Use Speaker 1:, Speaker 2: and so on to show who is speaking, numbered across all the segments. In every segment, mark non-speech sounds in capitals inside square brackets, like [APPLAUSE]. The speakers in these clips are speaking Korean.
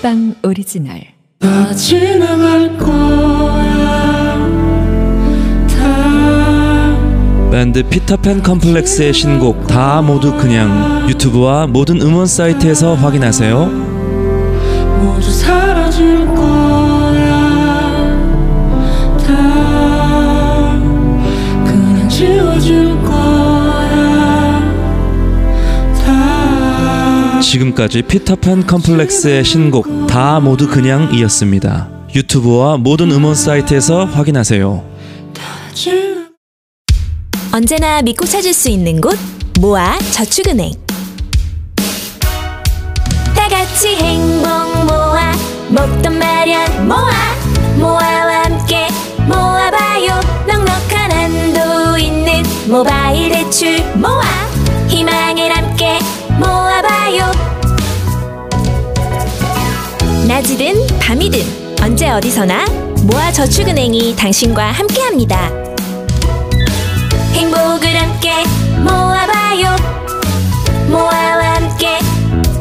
Speaker 1: 팟빵 오리지널
Speaker 2: 다 지나갈 거야 다
Speaker 3: 밴드 피터팬 컴플렉스의 신곡 다 모두 그냥 유튜브와 모든 음원 사이트에서 확인하세요.
Speaker 2: 모두 사라질 거야 다 그냥 지워질 거야 다
Speaker 3: 지금까지 피터팬 컴플렉스의 신곡 다 모두 그냥이었습니다. 유튜브와 모든 음원 사이트에서 확인하세요.
Speaker 2: 지나
Speaker 4: 언제나 믿고 찾을 수 있는 곳 모아 저축은행 다 같이 행복 모아 먹던 마련 모아 모아와 함께 모아봐요 넉넉한 한도 있는 모바일 대출 모아 희망을 함께 모아봐요 낮이든 밤이든 언제 어디서나 모아 저축은행이 당신과 함께합니다. 행복을 함께 모아봐요 모아와 함께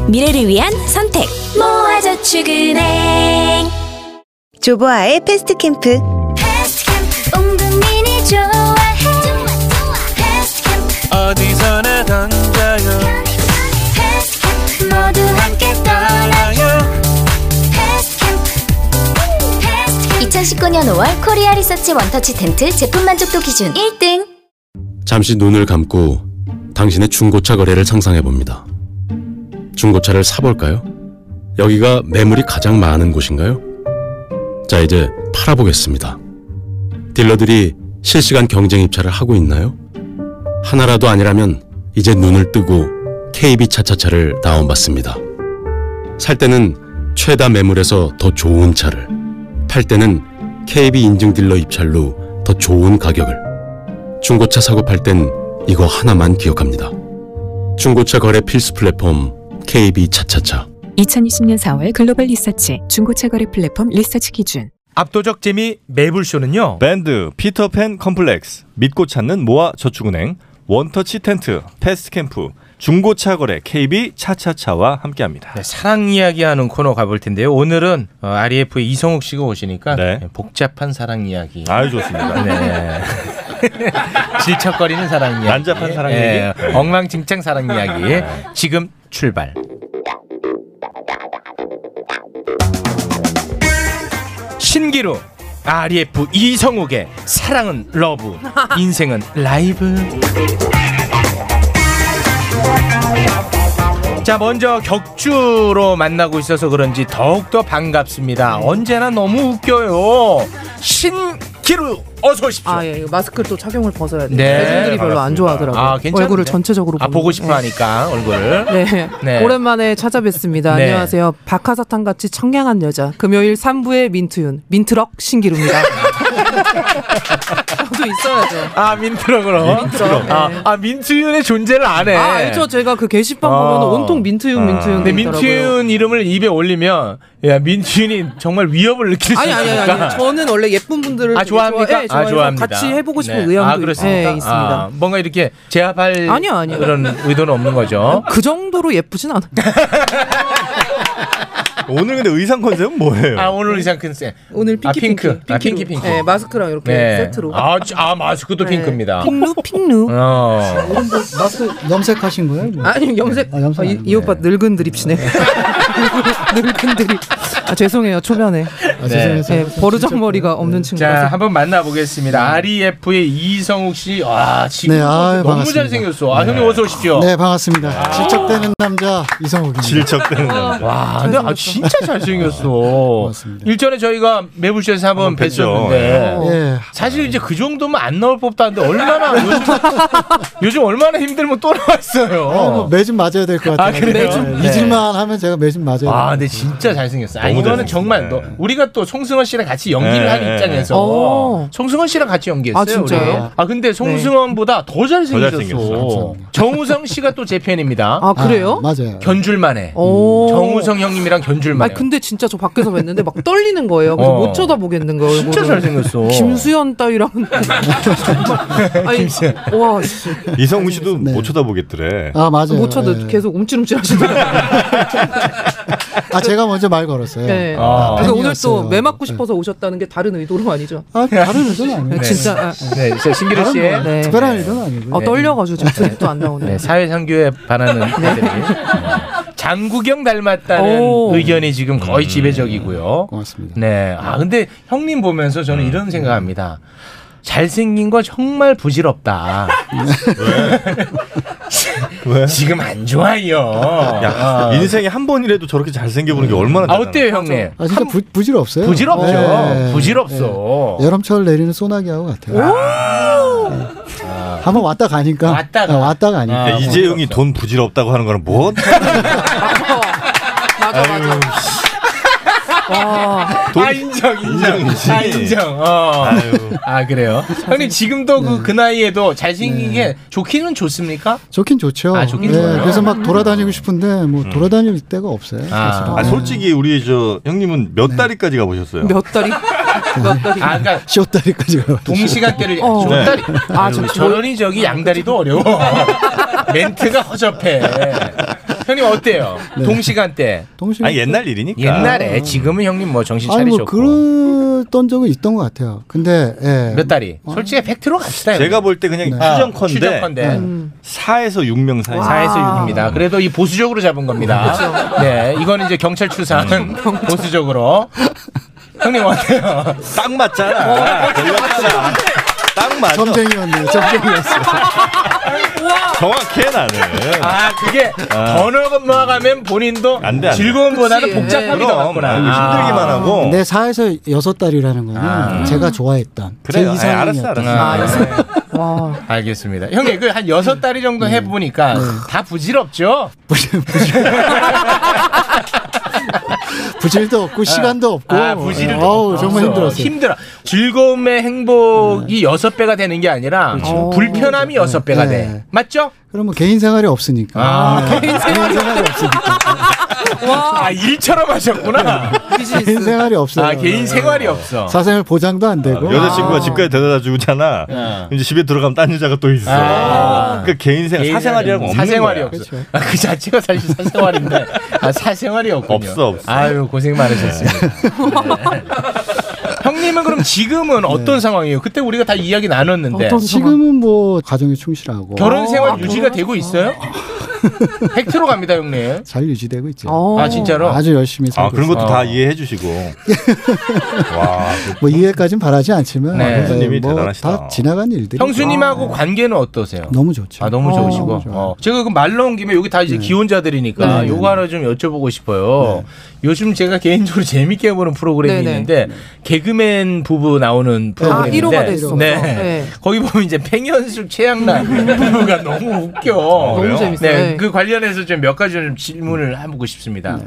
Speaker 4: 미래를 위한 선택 모아저축은행
Speaker 5: 조보아의 패스트 캠프.
Speaker 4: 패스트캠프 온 국민이 좋아해 패스트캠프
Speaker 6: 어디서나 던져요
Speaker 4: 패스트캠프 모두 함께 떠나
Speaker 6: 나요
Speaker 4: 패스트캠프 패스트캠프 2019년 5월 코리아 리서치 원터치 텐트 제품 만족도 기준 1등
Speaker 7: 잠시 눈을 감고 당신의 중고차 거래를 상상해 봅니다. 중고차를 사볼까요? 여기가 매물이 가장 많은 곳인가요? 자, 이제 팔아보겠습니다. 딜러들이 실시간 경쟁 입찰을 하고 있나요? 하나라도 아니라면 이제 눈을 뜨고 KB 차차차를 다운받습니다. 살 때는 최다 매물에서 더 좋은 차를, 팔 때는 KB 인증 딜러 입찰로 더 좋은 가격을, 중고차 사고 팔 땐 이거 하나만 기억합니다. 중고차 거래 필수 플랫폼 KB 차차차.
Speaker 1: 2020년 4월 글로벌 리서치 중고차 거래 플랫폼 리서치 기준
Speaker 8: 압도적 재미
Speaker 9: 네.
Speaker 8: 매불쇼는요.
Speaker 9: 밴드 피터팬 컴플렉스 믿고 찾는 모아 저축은행 원터치 텐트 패스트캠프 중고차 거래 KB 차차차와 함께합니다.
Speaker 8: 네, 사랑 이야기하는 코너 가볼 텐데요. 오늘은 어, RF의 이성욱 씨가 오시니까
Speaker 9: 네.
Speaker 8: 네, 복잡한 사랑 이야기.
Speaker 9: 아유 좋습니다.
Speaker 8: 네. [LAUGHS] 질척거리는 사랑 이야기.
Speaker 9: 난잡한 사랑
Speaker 8: 예,
Speaker 9: 얘기? 네.
Speaker 8: 엉망진창 사랑 이야기. 지금 출발. 신기루 RF 이성욱의 사랑은 러브 인생은 라이브 자 먼저 격주로 만나고 있어서 그런지 더욱더 반갑습니다 언제나 너무 웃겨요 신기루 어서 오십시오
Speaker 10: 아, 예, 이거 마스크를 또 착용을 벗어야 돼요.
Speaker 8: 네,
Speaker 10: 대중들이 별로
Speaker 8: 반갑습니다.
Speaker 10: 안 좋아하더라고요.
Speaker 8: 아, 괜찮은데?
Speaker 10: 얼굴을 전체적으로
Speaker 8: 아
Speaker 10: 보는
Speaker 8: 보고
Speaker 10: 거.
Speaker 8: 싶어 하니까 얼굴을
Speaker 10: 네. 네.
Speaker 8: 네.
Speaker 10: 오랜만에 찾아뵙습니다.
Speaker 8: 네.
Speaker 10: 안녕하세요. 박하사탕같이 청량한 여자. 금요일 3부의 민트윤. 민트럭 신기루입니다. 저도 있어야죠.
Speaker 8: 아 민트럭으로
Speaker 10: 민트럭.
Speaker 8: 아,
Speaker 10: 네.
Speaker 8: 아 민트윤의 존재를 안해
Speaker 10: 아, 알죠. 제가 그 게시판
Speaker 8: 어.
Speaker 10: 보면 온통 민트윤, 민트윤.
Speaker 8: 네. 근데
Speaker 10: 돼 있더라고요.
Speaker 8: 민트윤 이름을 입에 올리면 야 민트윤이 정말 위협을 느낄 수
Speaker 10: 아니, 아니, 아니, 아니.
Speaker 8: 있으니까
Speaker 10: 저는 원래 예쁜 분들을.
Speaker 8: 그러니까. 아
Speaker 10: 되게
Speaker 8: 좋아합니까? 아
Speaker 10: 좋아- 예, 좋아해서
Speaker 8: 좋아합니다.
Speaker 10: 같이 해보고 싶은
Speaker 8: 네.
Speaker 10: 의향도
Speaker 8: 아 그렇습니까?
Speaker 10: 예, 있습니다.
Speaker 8: 아, 뭔가 이렇게 제압할
Speaker 10: 아니요, 아니요.
Speaker 8: 그런 의도는 없는
Speaker 10: [LAUGHS]
Speaker 8: 거죠.
Speaker 10: 그 정도로 예쁘진 않아요.
Speaker 9: 오늘 근데 의상 컨셉은 뭐예요?
Speaker 8: 아 오늘 의상 컨셉.
Speaker 10: 오늘
Speaker 8: 아,
Speaker 10: 핑크
Speaker 8: 핑크.
Speaker 10: 핑크.
Speaker 8: 아, 핑크, 핑크.
Speaker 10: 네, 마스크랑 이렇게 세트로.
Speaker 8: 아, 지- 아 마스크도
Speaker 10: 네.
Speaker 8: 핑크입니다.
Speaker 10: 핑루 핑루.
Speaker 8: 어.
Speaker 11: 마스크 염색하신 거예요? 뭐?
Speaker 10: 아니 염색.
Speaker 11: 아, 염색
Speaker 10: 아, 이,
Speaker 11: 아니구나.
Speaker 10: 이 오빠 늙은 드립치네. [LAUGHS] 늙은 드립. 아, 죄송해요 초면에.
Speaker 11: 아, 죄송해요. 네.
Speaker 10: 네, 버르장 머리가 없는
Speaker 8: 자
Speaker 10: 친구라서.
Speaker 8: 한번
Speaker 10: 네.
Speaker 8: 만나보겠습니다. REF의 이성욱 씨. 와 지금
Speaker 11: 네, 아유,
Speaker 8: 너무
Speaker 11: 반갑습니다.
Speaker 8: 잘생겼어. 아 형님 어서 오십시오.
Speaker 11: 네 반갑습니다. 질척대는 남자 이성욱입니다.
Speaker 8: 어.
Speaker 9: 질척대는 남자.
Speaker 8: 와, 근데 아, 진짜 잘생겼어.
Speaker 11: [LAUGHS] 고맙습니다.
Speaker 8: 일전에 저희가 매부쇼에서 한번
Speaker 9: 한번 뵀죠.
Speaker 8: 뵀었는데
Speaker 10: 어.
Speaker 11: 예.
Speaker 8: 사실 이제 그 정도면 안 나올 법도 한데 얼마나 요즘,
Speaker 10: [LAUGHS]
Speaker 8: 요즘 얼마나 힘들면 또 나왔어요.
Speaker 11: 어, 뭐 매진 맞아야 될 것
Speaker 8: 아,
Speaker 11: 같아요.
Speaker 8: 그래요?
Speaker 11: 좀
Speaker 8: 네.
Speaker 11: 잊을만 하면 제가 매진
Speaker 10: 네.
Speaker 11: 맞아야
Speaker 8: 아,
Speaker 11: 돼요.
Speaker 8: 근데 진짜 잘생겼어. 아니,
Speaker 9: 너무
Speaker 8: 이거는
Speaker 9: 잘생겼네.
Speaker 8: 정말 너, 우리가 또 송승헌 씨랑 같이 연기를
Speaker 9: 네,
Speaker 8: 하는
Speaker 9: 네.
Speaker 8: 입장에서
Speaker 10: 오.
Speaker 8: 송승헌 씨랑 같이 연기했어요.
Speaker 10: 어. 아, 진짜요? 네.
Speaker 8: 우리. 아, 근데 송승헌보다 더
Speaker 9: 더
Speaker 8: 잘생겼어.
Speaker 9: 잘생겼어.
Speaker 8: 정우성 씨가 또 제 팬입니다.
Speaker 10: 아 그래요?
Speaker 11: 맞아요.
Speaker 8: 견줄만해.
Speaker 10: 오.
Speaker 8: 정우성 형님이랑
Speaker 10: 아
Speaker 8: 견줄만해.
Speaker 10: 근데 진짜 저 밖에서 뵀는데 막 떨리는 거예요. 그래서
Speaker 8: 어.
Speaker 10: 못 쳐다보겠는 거예요.
Speaker 8: 진짜
Speaker 10: 그거를.
Speaker 8: 잘생겼어.
Speaker 10: 김수현 따위랑
Speaker 8: [LAUGHS]
Speaker 10: 정말. 아니, 와, 씨.
Speaker 9: 이성훈 씨도 못 쳐다보겠더래.
Speaker 11: 아 맞아요.
Speaker 10: 못 쳐도
Speaker 11: 예.
Speaker 10: 계속 움찔움찔 하시더라고요.
Speaker 11: 아 제가 먼저 말 걸었어요.
Speaker 10: 네.
Speaker 11: 아,
Speaker 10: 그래서 오늘 또
Speaker 11: 팬이었어요.
Speaker 10: 매 맞고 싶어서 오셨다는 게 다른 의도로 아니죠?
Speaker 11: 아, 다른 의도는 아니에요.
Speaker 10: 진짜. 아.
Speaker 8: 네, 저 신기루
Speaker 10: 다른
Speaker 8: 씨의
Speaker 10: 뭐, 네.
Speaker 11: 특별한 일은 아니고요.
Speaker 10: 어, 떨려가지고 지금 소리도 안 아, 나오네.
Speaker 8: 네, 사회 상규에 반하는 애들이 네. 장구경 닮았다는
Speaker 10: 오.
Speaker 8: 의견이 지금 거의 지배적이고요. 고맙습니다. 네, 아 근데 형님 보면서 저는 이런 생각합니다. 잘생긴 거 정말 부질없다.
Speaker 9: 왜?
Speaker 8: 지금 안 좋아요.
Speaker 9: 야,
Speaker 8: 아.
Speaker 9: 인생에 한 번이라도 저렇게 잘생겨보는 게 얼마나
Speaker 8: 아 어때요 형님?
Speaker 11: 아 진짜 부, 부질없어요.
Speaker 8: 부질없죠.
Speaker 11: 네.
Speaker 8: 부질없어.
Speaker 11: 네. 여름철 내리는 소나기하고 같아요. 한번 왔다 가니까
Speaker 8: 왔다가. 뭐.
Speaker 11: 아, 왔다 가니까
Speaker 9: 야, 이재용이 돈 부질없다고 하는 거는 뭐?
Speaker 8: 아,
Speaker 10: 맞아 맞아. 와.
Speaker 8: 아 인정 인정
Speaker 9: 인정이지.
Speaker 8: 아 인정 어.
Speaker 9: 아유.
Speaker 8: 아 그래요 형님 지금도 그, 그 나이에도 잘생긴 게 좋기는 좋습니까?
Speaker 11: 좋긴 좋죠.
Speaker 8: 아, 좋긴 좋아요.
Speaker 11: 그래서 막 돌아다니고 싶은데 뭐 돌아다닐 데가 없어요.
Speaker 8: 아.
Speaker 11: 사실은.
Speaker 9: 아, 솔직히 우리 저 형님은 몇
Speaker 11: 네.
Speaker 9: 다리까지 가보셨어요?
Speaker 10: 몇 달이? 몇 달이?
Speaker 8: 아 그러니까
Speaker 11: 쇼다리까지 가.
Speaker 8: 동시간대를
Speaker 10: 어.
Speaker 8: 줬다리
Speaker 10: 아,
Speaker 8: 아
Speaker 10: 저-
Speaker 8: 저런이 저기 양다리도 어려워 [LAUGHS] 멘트가 허접해 형님 어때요 동시간대
Speaker 11: 네. 동시. 아.
Speaker 9: 아 옛날 일이니까.
Speaker 8: 옛날에 지금은 형님 뭐 정신
Speaker 11: 아니 뭐
Speaker 8: 차리셨고
Speaker 11: 그랬던 적은 있던 것 같아요. 근데 예.
Speaker 8: 몇 달이 솔직히 팩트로 갑시다 형님.
Speaker 9: 제가 볼 때 그냥
Speaker 11: 네.
Speaker 9: 추정컨대
Speaker 8: 추정컨대
Speaker 10: 음.
Speaker 9: 사에서 6명 사이.
Speaker 8: 사에서
Speaker 11: 아.
Speaker 8: 6입니다. 그래도 이 보수적으로 잡은
Speaker 11: 그렇죠.
Speaker 8: 겁니다. 네, 이거는 이제 경찰
Speaker 11: 음.
Speaker 8: 추산 [LAUGHS] 보수적으로. 형님 어때요?
Speaker 9: 아, 딱
Speaker 8: 어,
Speaker 9: 맞잖아. 걸렸잖아. 딱 맞아.
Speaker 11: 점쟁이였네요. 점쟁이였어요.
Speaker 9: 정확해 나는.
Speaker 8: 아 그게 번호가 가면 본인도
Speaker 9: 안 돼, 안 돼.
Speaker 8: 즐거움보다는
Speaker 10: 그치.
Speaker 8: 복잡함이 더
Speaker 9: 그럼
Speaker 8: 많구나.
Speaker 9: 아이고, 힘들기만 하고.
Speaker 11: 내 4에서 여섯 달이라는 거는 제가 좋아했던
Speaker 9: 그래.
Speaker 11: 제
Speaker 9: 아니,
Speaker 11: 이상형이었던
Speaker 9: 알았어 알았어.
Speaker 8: 아,
Speaker 10: 와.
Speaker 8: 알겠습니다. 형님 그한 여섯 다리 정도
Speaker 9: 음.
Speaker 8: 해보니까 다 부질없죠?
Speaker 11: 부질도 없고 시간도 없고
Speaker 8: 아
Speaker 9: 네.
Speaker 8: 부질도
Speaker 11: 어우,
Speaker 8: 없어.
Speaker 11: 정말 힘들었어요.
Speaker 8: 힘들어. 즐거움의
Speaker 9: 음.
Speaker 8: 행복이 여섯 배가 되는 게 아니라
Speaker 9: 그렇죠.
Speaker 8: 음, 불편함이
Speaker 9: 어.
Speaker 8: 여섯 배가
Speaker 11: 네.
Speaker 8: 돼. 맞죠?
Speaker 11: 그러면 개인 생활이 없으니까.
Speaker 8: 아.
Speaker 11: 네. 개인 생활이 없으니까.
Speaker 8: 아 일처럼 하셨구나.
Speaker 9: 네.
Speaker 11: 개인 생활이 없어요.
Speaker 8: 아 개인 생활이 없어.
Speaker 11: 사생활 보장도 안 되고.
Speaker 8: 아.
Speaker 9: 여자친구가 집까지 데려다 주잖아.
Speaker 8: 어.
Speaker 9: 이제 집에 들어가면 딴 여자가 또 있어.
Speaker 8: 아.
Speaker 9: 그러니까 개인 생활, [LAUGHS] 사생활이랑 없는
Speaker 8: 사생활이
Speaker 9: 거야.
Speaker 8: 없어. 아, 그 자체가 사실 사생활인데 아, 사생활이 없군요.
Speaker 9: 없어, 없어.
Speaker 8: 아유 고생 많으셨습니다. 네. 형님은 그럼 지금은 어떤 상황이에요? 그때 우리가 다 이야기 나눴는데
Speaker 10: 어떤-
Speaker 11: 지금은 뭐 가정에 충실하고
Speaker 8: 어, 아, 결혼 생활 유지가 되고 있어요? 팩트로 갑니다 형님.
Speaker 11: 잘 유지되고 있죠.
Speaker 10: 어.
Speaker 8: 아 진짜로?
Speaker 11: 네. 아주 열심히
Speaker 9: 아
Speaker 11: 살고
Speaker 9: 그런 것도
Speaker 8: 어.
Speaker 9: 다 이해해
Speaker 11: [LAUGHS]
Speaker 9: 주시고. 와. 그-
Speaker 11: 뭐 이해까진 바라지 않지만
Speaker 8: 네.
Speaker 9: 형수님이 대단하시다.
Speaker 11: 뭐다 지나간 일들이
Speaker 8: 형수님하고 관계는 어떠세요?
Speaker 11: 너무 좋죠.
Speaker 8: 아 너무
Speaker 11: 어,
Speaker 8: 좋으시고
Speaker 11: 너무 좋아요.
Speaker 8: 어, 제가 그 말 나온 김에 여기 다
Speaker 10: 네.
Speaker 8: 이제 기혼자들이니까 요거
Speaker 11: 네, 네, 네.
Speaker 8: 하나 좀 여쭤보고 싶어요. 요즘 제가 개인적으로 재밌게 보는 프로그램이
Speaker 10: 네, 네.
Speaker 8: 있는데 개그맨 부부 나오는
Speaker 10: 아,
Speaker 8: 프로그램인데
Speaker 10: 1호가 됐어.
Speaker 8: 네.
Speaker 10: 네.
Speaker 8: 거기 보면 이제 팽현숙 최양락 부부가 너무 웃겨.
Speaker 9: 그래요?
Speaker 10: 너무 재밌어요.
Speaker 8: 네,
Speaker 10: 네.
Speaker 8: 그 관련해서 좀 몇 가지 좀 질문을 해보고 싶습니다.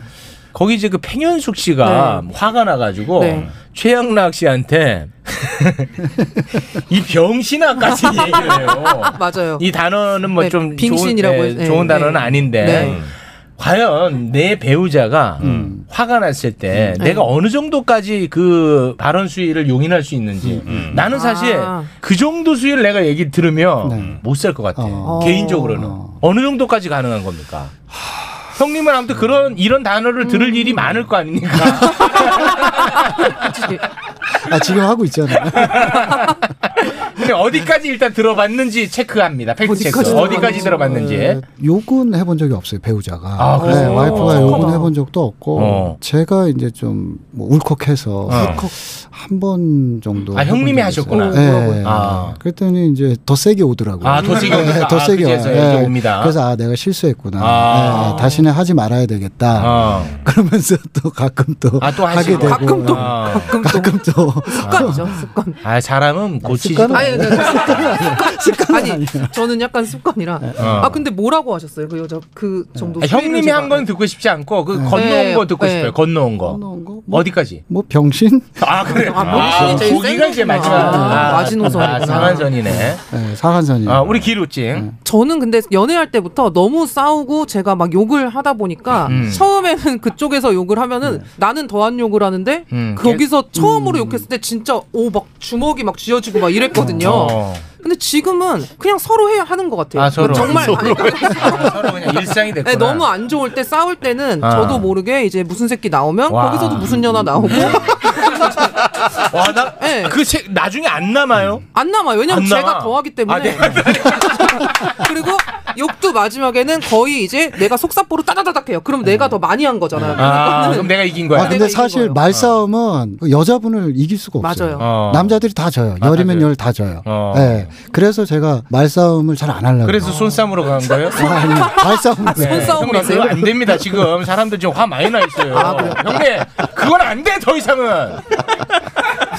Speaker 8: 거기 이제 그 팽현숙 씨가 화가 나가지고
Speaker 10: 네.
Speaker 8: 최양락 씨한테 [LAUGHS] 이 병신아까지 얘기를 해요.
Speaker 10: 맞아요.
Speaker 8: 이 단어는 뭐
Speaker 10: 네,
Speaker 8: 좀
Speaker 10: 빙신이라고
Speaker 8: 좋은,
Speaker 10: 해서- 네,
Speaker 8: 좋은 단어는
Speaker 10: 네.
Speaker 8: 아닌데
Speaker 10: 네.
Speaker 8: 과연 내 배우자가
Speaker 11: 음.
Speaker 8: 화가 났을 때
Speaker 10: 음. 네.
Speaker 8: 내가 어느 정도까지 그 발언 수위를 용인할 수
Speaker 11: 음,
Speaker 8: 있는지 나는 사실
Speaker 10: 아.
Speaker 8: 그 정도 수위를 내가 얘기 들으면
Speaker 11: 네.
Speaker 8: 못 살 것 같아
Speaker 11: 어.
Speaker 8: 개인적으로는 어. 느 정도까지 가능한 겁니까? 형님은 아무튼 그런 이런 단어를
Speaker 10: 음.
Speaker 8: 들을 일이 많을 거
Speaker 10: [LAUGHS]
Speaker 8: 아닙니까?
Speaker 11: 아 지금 하고 [LAUGHS] 있잖아요.
Speaker 8: 근데 어디까지 일단 들어봤는지 체크합니다. 팩트 체크.
Speaker 10: 어디까지
Speaker 8: 어디까지
Speaker 10: 들어봤는지.
Speaker 8: 들어봤는지.
Speaker 11: 네, 욕은 해본 적이 없어요 배우자가
Speaker 8: 아, 그래요?
Speaker 11: 와이프가
Speaker 10: 잠깐만.
Speaker 11: 욕은 해본 적도 없고
Speaker 8: 어.
Speaker 11: 제가 이제 좀뭐 울컥해서
Speaker 10: 아,
Speaker 11: 한 번 정도
Speaker 8: 아,
Speaker 11: 해본
Speaker 8: 형님이
Speaker 11: 어, 적이
Speaker 8: 하셨구나.
Speaker 11: 있어요. 네,
Speaker 8: 네. 아.
Speaker 11: 그랬더니 이제 더 세게 오더라고요 네,
Speaker 8: 아, 더 세게 오니까.
Speaker 11: 더
Speaker 8: 아,
Speaker 11: 세게 와요.
Speaker 8: 그제서야 이제 옵니다.
Speaker 11: 그래서 아 내가 실수했구나
Speaker 8: 아.
Speaker 11: 네, 다시는 하지 말아야 되겠다
Speaker 8: 어.
Speaker 11: [LAUGHS] 그러면서 또 가끔 또,
Speaker 8: 아, 또
Speaker 11: 하게
Speaker 8: 하시고.
Speaker 11: 되고
Speaker 10: 가끔 또
Speaker 11: 네.
Speaker 8: 아.
Speaker 10: 가끔 또
Speaker 11: 가끔 또
Speaker 10: 습관이죠
Speaker 11: [LAUGHS]
Speaker 10: 습관.
Speaker 8: 아 사람은 고치지
Speaker 11: 습관은
Speaker 10: 아니, 그러니까
Speaker 11: [LAUGHS]
Speaker 10: 습관 아니
Speaker 11: 아니에요. 네.
Speaker 10: 저는 약간 습관이라. 아 근데 뭐라고 하셨어요 그 여자 그 정도.
Speaker 8: 어. 아,
Speaker 10: 소리를
Speaker 8: 형님이
Speaker 10: 제가-
Speaker 8: 한 건 듣고 싶지 않고 그
Speaker 10: 네,
Speaker 8: 건너온 거 듣고
Speaker 10: 네.
Speaker 8: 싶어요. 건너온 거.
Speaker 11: 넣은 거? 뭐,
Speaker 8: 어디까지?
Speaker 11: 뭐 병신
Speaker 8: 아 그래.
Speaker 10: 아, 머리숱이 제일
Speaker 8: 고기가
Speaker 10: 센
Speaker 8: 이제
Speaker 10: 거구나.
Speaker 8: 마지막.
Speaker 10: 아, 마지노선이구나.
Speaker 8: 아, 상한선이네.
Speaker 11: [LAUGHS] 네, 상한선이
Speaker 8: 아 우리 기루찡.
Speaker 10: 저는 근데 연애할 때부터 너무 싸우고 제가 막 욕을 하다 보니까
Speaker 8: 음.
Speaker 10: 처음에는 그쪽에서 욕을 하면은
Speaker 11: 네.
Speaker 10: 나는 더한 욕을 하는데
Speaker 8: 음.
Speaker 10: 거기서 처음으로 욕했을 때 진짜 오 막 주먹이 막 쥐어지고 막 네. 이랬거든요. 근데 지금은 그냥 서로 해야 하는 것 같아요.
Speaker 8: 아, 서로.
Speaker 10: 정말
Speaker 8: 서로.
Speaker 10: 아니, 그러니까
Speaker 8: 서로 그냥 일상이 됐구나.
Speaker 10: 네, 너무 안 좋을 때 싸울 때는
Speaker 8: 아.
Speaker 10: 저도 모르게 이제 무슨 새끼 나오면
Speaker 8: 와. 네.
Speaker 10: 거기서도 무슨 년아 나오고
Speaker 8: 와, 나,
Speaker 10: 네.
Speaker 8: 그 책, 나중에 안 남아요?
Speaker 10: [LAUGHS] 안 남아요. 왜냐면
Speaker 8: 안
Speaker 10: 제가
Speaker 8: 남아.
Speaker 10: 더하기 때문에.
Speaker 8: 아, 네.
Speaker 10: [LAUGHS] 그리고 욕도 마지막에는 거의 이제 내가 속사포로 따다다닥 해요. 그럼 내가 더 많이 한 거잖아요.
Speaker 8: 음. 아,
Speaker 10: 그러니까는
Speaker 8: 그럼 내가 이긴 거야.
Speaker 11: 아, 근데 사실 말싸움은 여자분을 이길 수가
Speaker 10: 맞아요.
Speaker 11: 없어요.
Speaker 10: 어.
Speaker 11: 남자들이 다 져요.
Speaker 8: 아,
Speaker 11: 열이면
Speaker 8: 다들.
Speaker 11: 열 다 져요.
Speaker 8: 어.
Speaker 11: 예. 그래서 제가 말싸움을 잘 안 하려고.
Speaker 8: 그래서 손싸움으로 간 거예요?
Speaker 11: 아니, 발싸움으로 아, 가요. 손싸움으로
Speaker 8: 형님,
Speaker 11: 하세요?
Speaker 8: 네. 그거 안 됩니다. 지금 사람들 지금 화 많이 나 있어요.
Speaker 10: 아,
Speaker 8: 형님, 그건 안 돼. 더 이상은.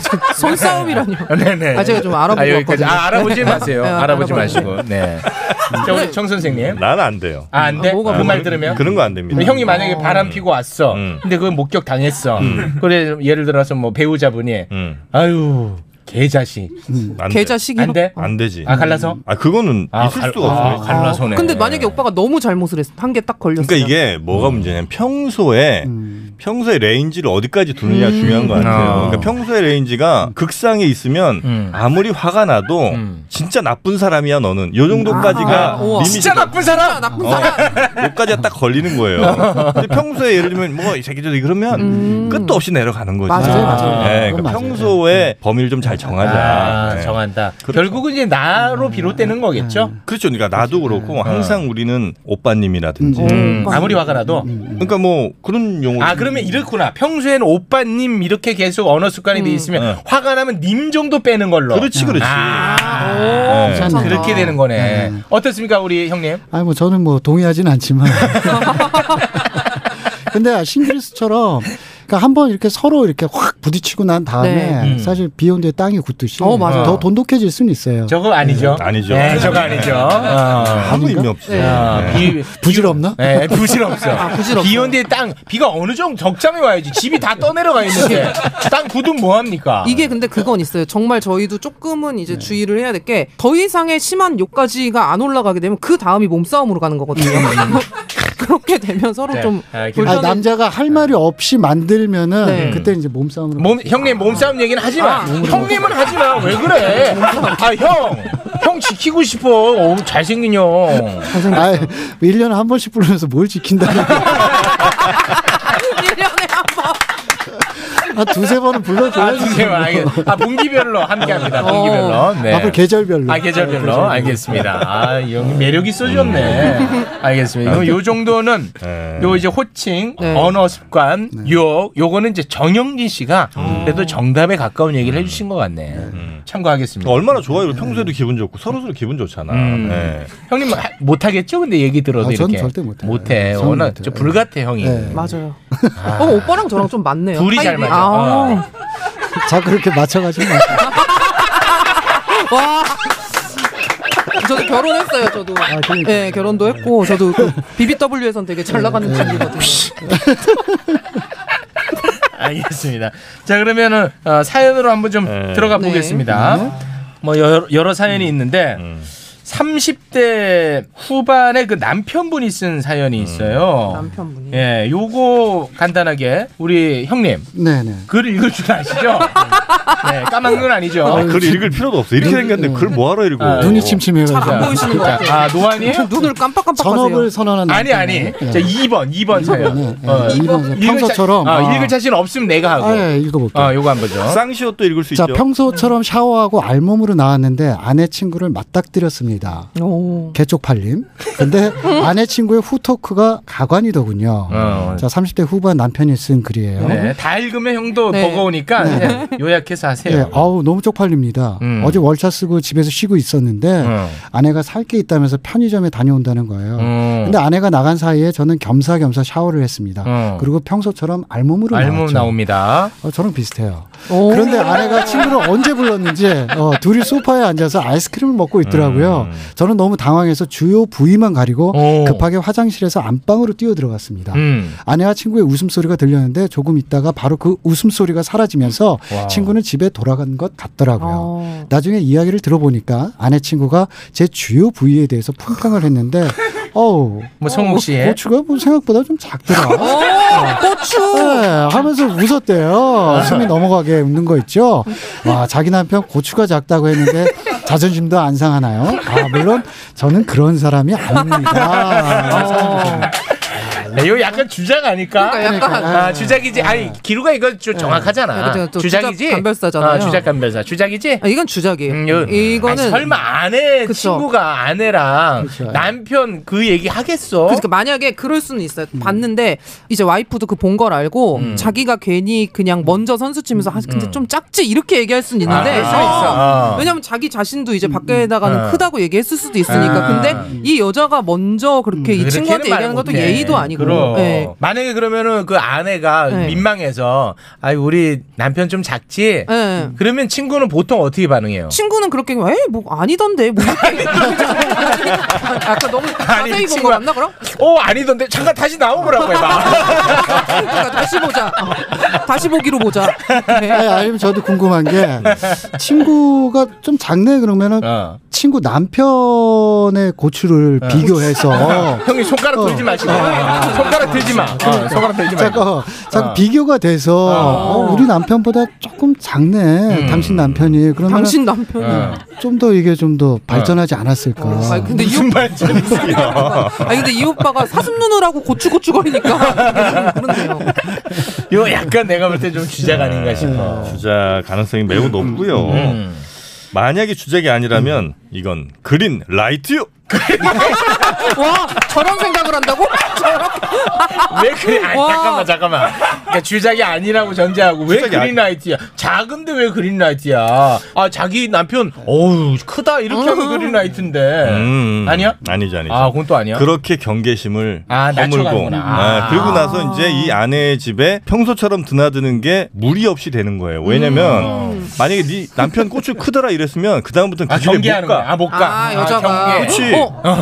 Speaker 10: 그 손싸움이라뇨.
Speaker 8: 네네.
Speaker 10: 아, 제가 좀 알아보고
Speaker 8: 아, 여기까지.
Speaker 10: 왔거든요.
Speaker 8: 아, 알아보지 마세요.
Speaker 10: 네,
Speaker 8: 알아보지
Speaker 10: 알아보고
Speaker 8: 마시고. 네. 자, 우리 청 선생님.
Speaker 9: 난 안 돼요.
Speaker 8: 아, 안 돼? 그 말 들으면?
Speaker 9: 그런 거 안 됩니다.
Speaker 8: 형이
Speaker 10: 어.
Speaker 8: 만약에 바람 피고 왔어. 근데 그걸 목격 당했어.
Speaker 9: 음.
Speaker 8: 그래 예를 들어서 뭐 배우자분이 아유 개자식.
Speaker 9: 안 돼.
Speaker 10: 개자식이요?
Speaker 8: 안 돼?
Speaker 9: 안 되지.
Speaker 8: 아 갈라서?
Speaker 9: 아 그거는
Speaker 8: 아,
Speaker 9: 있을
Speaker 8: 갈- 음.
Speaker 9: 수가
Speaker 8: 아,
Speaker 9: 없어요.
Speaker 8: 갈라서네.
Speaker 10: 근데 만약에 오빠가 너무 잘못을 했어. 한 개 딱 걸렸어.
Speaker 9: 그러니까 이게 뭐가 문제냐면 평소에 평소에 레인지를 어디까지 두느냐 가 중요한 것 같아요.
Speaker 8: 아. 음.
Speaker 9: 그러니까 평소에 레인지가 극상에 있으면 아무리 화가 나도 진짜 나쁜 사람이야 너는 요
Speaker 10: 아,
Speaker 9: 정도까지가 리밋이
Speaker 8: 우와. 음. 진짜 나쁜 사람.
Speaker 10: 네. 나쁜 사람.
Speaker 9: 요까지가 어, 딱 걸리는 거예요. 근데 평소에 예를 들면 뭐 이 새끼들 이러면 끝도 없이 내려가는 거지.
Speaker 8: 음. 맞아요, 맞아요.
Speaker 9: 예, 그러니까
Speaker 8: 그건 맞아요. 네.
Speaker 9: 평소에 범위를 좀 잘 정하자.
Speaker 8: 아,
Speaker 9: 예.
Speaker 8: 정한다. 결국은 이제 나로
Speaker 10: 음.
Speaker 8: 비롯되는 거겠죠?
Speaker 9: 그렇죠. 그러니까 나도 그렇고
Speaker 8: 네.
Speaker 9: 항상 우리는 오빠님이라든지
Speaker 8: 음, 아무리 화가 나도.
Speaker 9: 그러니까 뭐 그런 용어.
Speaker 8: 아 그러면 이렇구나. 평소에는 오빠님 이렇게 계속 언어 습관이 돼 있으면 화가 나면 님 정도 빼는 걸로.
Speaker 9: 그렇지, 그렇지.
Speaker 8: 아,
Speaker 11: 오, 괜찮다.
Speaker 8: 그렇게 되는 거네. 어떻습니까 우리 형님?
Speaker 11: 아니 뭐 저는 뭐 동의하진 않지만. 근데 싱글스처럼 그러니까 한번 이렇게 서로 이렇게 확 부딪히고 난 다음에
Speaker 8: 네. 음.
Speaker 11: 사실 비온 뒤에 땅이 굳듯이
Speaker 8: 어, 맞아요.
Speaker 11: 더 돈독해질 수는 있어요.
Speaker 8: 저거 아니죠.
Speaker 9: 아니죠.
Speaker 8: 네, 저거 아니죠. 어,
Speaker 11: 아무 의미
Speaker 9: 없어요.
Speaker 11: 부질없나?
Speaker 8: 네, 부질없어.
Speaker 11: 아,
Speaker 10: 부질없어.
Speaker 8: 비 온뒤에 땅, 비가 어느 정도 적당히 와야지. 집이 다 떠내려가 있는데. 땅 굳은 뭐합니까?
Speaker 10: 이게 근데 그건 있어요. 정말 저희도 조금은 이제 주의를 해야 될 게 더 이상의 심한 욕까지가 안 올라가게 되면 그 다음이 몸싸움으로 가는 거거든요. [LAUGHS] 그렇게 되면 서로 좀
Speaker 11: 아, 남자가 할 말이 없이 만들면은
Speaker 8: 네.
Speaker 11: 그때 이제 몸싸움으로.
Speaker 8: 몸, 형님 몸싸움 얘기는 하지 마.
Speaker 11: 아,
Speaker 8: 형님은 하지 마. 왜 그래? 아, 형. 형 지키고 싶어. 어, 잘생긴 형.
Speaker 11: 아, 1년에 한 번씩 부르면서 뭘 지킨다.
Speaker 10: 1년에 한 번.
Speaker 11: 한 두세 번은
Speaker 8: 아,
Speaker 11: 불러줘야지.
Speaker 8: 주세요. 알겠... 아, 분기별로 함께 합니다. 분기별로. 네.
Speaker 11: 앞으로 계절별로.
Speaker 8: 아, 계절별로. 알겠습니다. 아, 이 형님 매력이 쏘졌네. 알겠습니다. 그럼 요 정도는
Speaker 9: 네.
Speaker 8: 요 이제 호칭, 언어 습관, 욕, 요거는 이제 정영진 씨가 그래도 정답에 가까운 얘기를 해주신 것 같네. 참고하겠습니다.
Speaker 9: 얼마나 좋아요. 평소에도 기분 좋고 서로서로 기분 좋잖아.
Speaker 8: 음.
Speaker 9: 예.
Speaker 8: 형님 하- 못하겠죠? 근데 얘기 들어도
Speaker 9: 아, 전
Speaker 8: 이렇게
Speaker 9: 절대
Speaker 8: 못해. 못해. 워낙 좀 불같아 형이.
Speaker 10: 맞아요. 어, 오빠랑 저랑 좀 맞네요.
Speaker 8: 둘이 잘
Speaker 10: 타입이.
Speaker 8: 맞아.
Speaker 10: 아,
Speaker 8: 어.
Speaker 11: 자 그렇게 맞춰가지고.
Speaker 10: 와. 저도 결혼했어요, 저도. 네, 결혼도 했고, 저도 그 BBW에선 되게 잘 나가는 친구거든요.
Speaker 8: 알겠습니다. 자 그러면은 어, 사연으로 한번 좀 들어가
Speaker 10: 네.
Speaker 8: 보겠습니다. 뭐 여러, 여러 사연이 있는데 30대 후반에 그 남편분이 쓴 사연이 있어요. 남편분이. 예, 요거 간단하게 우리 형님
Speaker 11: 네네.
Speaker 8: 글 읽을 줄 아시죠? 네, 까만 건 아니죠.
Speaker 9: 아, 글 읽을 필요도 없어. 이렇게 생겼는데 글 뭐하러 읽어?
Speaker 8: 아,
Speaker 11: 눈이 침침해가지고.
Speaker 8: 자, 그러니까. 아, 노안이에요?
Speaker 10: 예? 눈을 깜빡깜빡하세요.
Speaker 11: 전업을 선언한
Speaker 8: 아니 아니.
Speaker 11: 남편이네. 예.
Speaker 8: 자, 2번 2번 사연.
Speaker 11: 예, 이번 사연. 평소처럼.
Speaker 8: 어, 자, 어,
Speaker 11: 아.
Speaker 8: 읽을 자신 없으면 내가 하고.
Speaker 11: 아, 예, 읽어볼게요.
Speaker 8: 어, 요거 한 거죠.
Speaker 9: 쌍시옷 도 읽을 수 [LAUGHS]
Speaker 11: 자 평소처럼 샤워하고 알몸으로 나왔는데 아내 친구를 맞닥뜨렸습니다. 개쪽팔림.
Speaker 8: [LAUGHS]
Speaker 11: 근데 아내 친구의 후토크가 가관이더군요.
Speaker 8: 어.
Speaker 11: 자 30대 후반 남편이 쓴 글이에요.
Speaker 8: 네, 다 읽으면 형도
Speaker 11: 어? 네.
Speaker 8: 버거우니까 그냥 요약해서 하세요. 음.
Speaker 11: 예, 아우 너무 쪽팔립니다. 어제 월차 쓰고 집에서 쉬고 있었는데
Speaker 8: 어.
Speaker 11: 아내가 살 게 있다면서 편의점에 다녀온다는 거예요. 근데 아내가 나간 사이에 저는 겸사겸사 샤워를 했습니다.
Speaker 8: 음.
Speaker 11: 그리고 평소처럼 알몸으로
Speaker 8: 알몸
Speaker 11: 나왔죠.
Speaker 8: 나옵니다.
Speaker 11: 어, 저랑 비슷해요. 그런데 아내가 친구를 언제 불렀는지 어, 둘이 소파에 앉아서 아이스크림을 먹고 있더라고요.
Speaker 10: 음.
Speaker 11: 저는 너무 당황해서 주요 부위만 가리고 급하게 화장실에서 안방으로 뛰어 들어갔습니다.
Speaker 8: 음.
Speaker 11: 아내와 친구의 웃음소리가 들렸는데 네, 조금 있다가 바로 그 웃음소리가 사라지면서
Speaker 8: 와.
Speaker 11: 아, 친구는 집에 돌아간 것 같더라고요.
Speaker 10: 어.
Speaker 11: 나중에 이야기를 들어보니까 아내 친구가 제 주요 부위에 대해서 평가를 했는데 어우
Speaker 8: 뭐 성욱
Speaker 11: 어,
Speaker 8: 씨의?
Speaker 11: 고추가 뭐 생각보다 좀 작더라.
Speaker 10: 고추
Speaker 11: 어, 하면서 웃었대요. 숨이 넘어가게 웃는 거 있죠. 와 자기 남편 고추가 작다고 했는데 자존심도 안 상하나요? 아, 물론 저는 그런 사람이 아닙니다. 어.
Speaker 8: 아, 이거 약간 주작 아닐까?
Speaker 11: 그러니까.
Speaker 10: 약간.
Speaker 8: 아, 주작이지. 아니 기루가 이거 좀 정확하잖아.
Speaker 10: 네, 그죠, 저
Speaker 8: 주작이지.
Speaker 10: 그렇죠. 주작 간별사잖아요.
Speaker 8: 아, 주작 간별사. 주작이지.
Speaker 10: 아, 이건 주작이에요. 이거는
Speaker 8: 음, 아니, 설마 아내 친구가 아내랑 남편 그 얘기 하겠어? 음.
Speaker 10: 그러니까 만약에 그럴 수는 있어요. 봤는데 이제 와이프도 그 본 걸 알고 자기가 괜히 그냥 먼저 선수 치면서 아, 근데 좀 작지 이렇게 얘기할 수는
Speaker 8: 음. 아,
Speaker 10: 있는데
Speaker 8: 그럴 수 있어. 어.
Speaker 10: 왜냐면 자기 자신도 이제 밖에다가는
Speaker 8: 음.
Speaker 10: 크다고 얘기했을 수도 있으니까
Speaker 8: 아. 음,
Speaker 10: 근데 이 여자가 먼저 그렇게 이
Speaker 8: 그렇게는
Speaker 10: 친구한테
Speaker 8: 말
Speaker 10: 얘기하는 것도
Speaker 8: 못해.
Speaker 10: 예의도 아니고
Speaker 8: 그럼.
Speaker 10: 예.
Speaker 8: 만약에 그러면은 그 아내가
Speaker 10: 네.
Speaker 8: 민망해서 아 우리 남편 좀 작지.
Speaker 10: 네.
Speaker 8: 그러면 친구는 보통 어떻게 반응해요?
Speaker 10: 친구는 그렇게 에뭐
Speaker 8: [LAUGHS]
Speaker 10: 아니던데 뭐 이렇게 아까 너무 자세히 본거
Speaker 8: 친구가-
Speaker 10: 맞나 그럼?
Speaker 8: 어 아니던데 잠깐 다시 나오보라고
Speaker 10: [LAUGHS]
Speaker 8: 해봐.
Speaker 10: 그러니까 다시 보자 어, 다시 보기로 보자
Speaker 8: [LAUGHS]
Speaker 10: 네.
Speaker 11: 아니, 아니면 저도 궁금한 게 친구가 좀 작네 그러면은
Speaker 8: 어.
Speaker 11: 친구 남편의 고추를 비교해서
Speaker 8: 형님 손가락 들지 마시고 손가락 들지 마. 어, 손가락 들지 마.
Speaker 11: 자꾸, 자꾸 어, 비교가 돼서 어, 우리 남편보다 조금
Speaker 8: 음.
Speaker 11: 작네 당신 남편이 그러면
Speaker 10: 당신 남편이.
Speaker 8: 어.
Speaker 11: 좀더 이게 좀 더 발전하지 않았을까
Speaker 10: 아니 근데 이 오빠 [LAUGHS] 아니 근데 이 오빠가 사슴 누누라고 고추고추거리니까 그렇네요.
Speaker 8: 이거 약간 내가 볼 때 좀 주작 아닌가
Speaker 10: 음.
Speaker 8: 싶어.
Speaker 9: 주작 가능성이 매우 높고요.
Speaker 8: 음.
Speaker 9: 만약에 주작이 아니라면 이건 그린 라이트요.
Speaker 10: 와 저런 생각을 한다고?
Speaker 8: 왜 그래? 아니, 잠깐만 잠깐만. 그러니까 주작이 아니라고 전제하고 왜
Speaker 9: 주작이 아니-
Speaker 8: 그린라이트야? 작은데 왜 그린라이트야? 아 자기 남편 어우 크다 이렇게 하면
Speaker 11: 음.
Speaker 8: 그린라이트인데 네.
Speaker 9: 음.
Speaker 8: 아니야?
Speaker 9: 아니죠, 아니죠.
Speaker 8: 아 그건 또 아니야?
Speaker 9: 그렇게 경계심을
Speaker 8: 아,
Speaker 9: 허물고
Speaker 8: 낮춰가는구나.
Speaker 9: 아, 그리고 나서 이제 이 아내의 집에 평소처럼 드나드는 게 무리 없이 되는 거예요. 왜냐면 만약에 네 남편 고추 크더라 이랬으면 그 다음부터는 그
Speaker 8: 음. 아,
Speaker 9: 집에
Speaker 8: 경계하는
Speaker 9: 못 가.
Speaker 8: 거야. 어? 아, 못 가.
Speaker 10: 아, 여자가.
Speaker 8: 경계.
Speaker 9: 그렇지.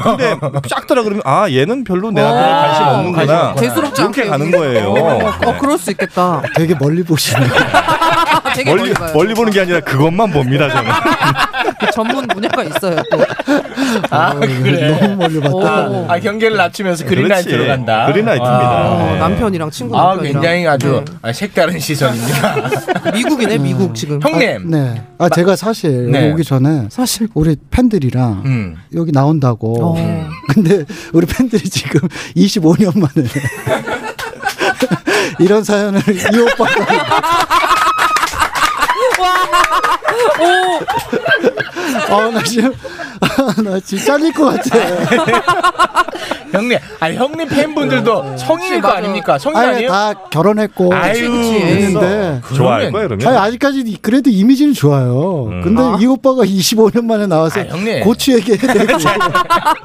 Speaker 9: 근데 작더라 그러면 아 얘는 별로 내
Speaker 8: 어,
Speaker 9: 아들 관심 없는구나.
Speaker 10: 대수롭지 않게
Speaker 9: 이렇게 가는 거예요.
Speaker 10: 어 그럴 수 있겠다.
Speaker 11: 되게 멀리 보시네
Speaker 8: [LAUGHS]
Speaker 10: 아, 되게
Speaker 9: 네. 멀리
Speaker 10: 멀리 봐요.
Speaker 9: 멀리 보는 게 아니라 그것만 봅니다 저는.
Speaker 10: 그 전문 분야가 있어요. 또. 어,
Speaker 8: 아
Speaker 9: 어,
Speaker 8: 그래.
Speaker 11: 너무 멀리 봤다
Speaker 8: 아, 아, 경계를 낮추면서 그린라이트로
Speaker 9: 그렇지.
Speaker 8: 간다.
Speaker 9: 그린라이트입니다. 네.
Speaker 8: 아,
Speaker 10: 어, 남편이랑 친구
Speaker 8: 아,
Speaker 10: 남편이랑
Speaker 8: 굉장히 아주
Speaker 11: 네.
Speaker 8: 아, 색다른 시선입니다.
Speaker 10: 미국이네
Speaker 9: 음.
Speaker 10: 미국 지금.
Speaker 8: 형님.
Speaker 11: 아, 네. 아 제가 사실 여기
Speaker 8: 네.
Speaker 11: 오기 전에
Speaker 10: 사실.
Speaker 11: 우리 팬들이랑
Speaker 8: 음.
Speaker 11: 여기
Speaker 10: 어.
Speaker 9: 어.
Speaker 11: 나온다고. 근데 우리 팬들이 지금 25년 만에 [LAUGHS] 이런 사연을 이 오빠가 어, 아나 지금 아, 나 지금 잘릴 것 같아.
Speaker 8: 형님, 아니 형님 팬분들도 성인일 거
Speaker 10: 맞아.
Speaker 8: 아닙니까? 성인
Speaker 11: 네. 아니
Speaker 8: 아니에요?
Speaker 11: 다 결혼했고
Speaker 8: 아유, 네.
Speaker 10: 네.
Speaker 11: 했는데
Speaker 9: 좋아할 거야 그러면.
Speaker 11: 아니 아직까지 그래도 이미지는 좋아요. 근데 이 오빠가 25년 만에 나와서
Speaker 8: 아, 형님.
Speaker 11: 고추 얘기해야 되고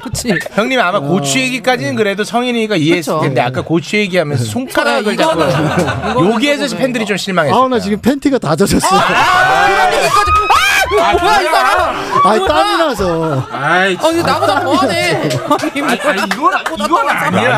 Speaker 10: 그치.
Speaker 8: 형님 아마 고추 얘기까지는 그래도 성인이니까 이해했을
Speaker 10: 그쵸.
Speaker 8: 텐데 아까 고추 얘기하면서 손가락을
Speaker 10: 이거는-
Speaker 8: 잡고 [LAUGHS]
Speaker 10: 이거는
Speaker 8: 여기에서
Speaker 10: 궁금해요.
Speaker 8: 팬들이 좀 실망했어요.
Speaker 11: 아나 지금 팬티가 다 젖었어.
Speaker 10: 아, 여기까지. 아 뭐야 이 사람?
Speaker 11: 아니 땀이 나서.
Speaker 8: 아이,
Speaker 10: 어 이거 나보다 더하네. 아니,
Speaker 8: 아니, 아니, 이건 아- 이건 아니야.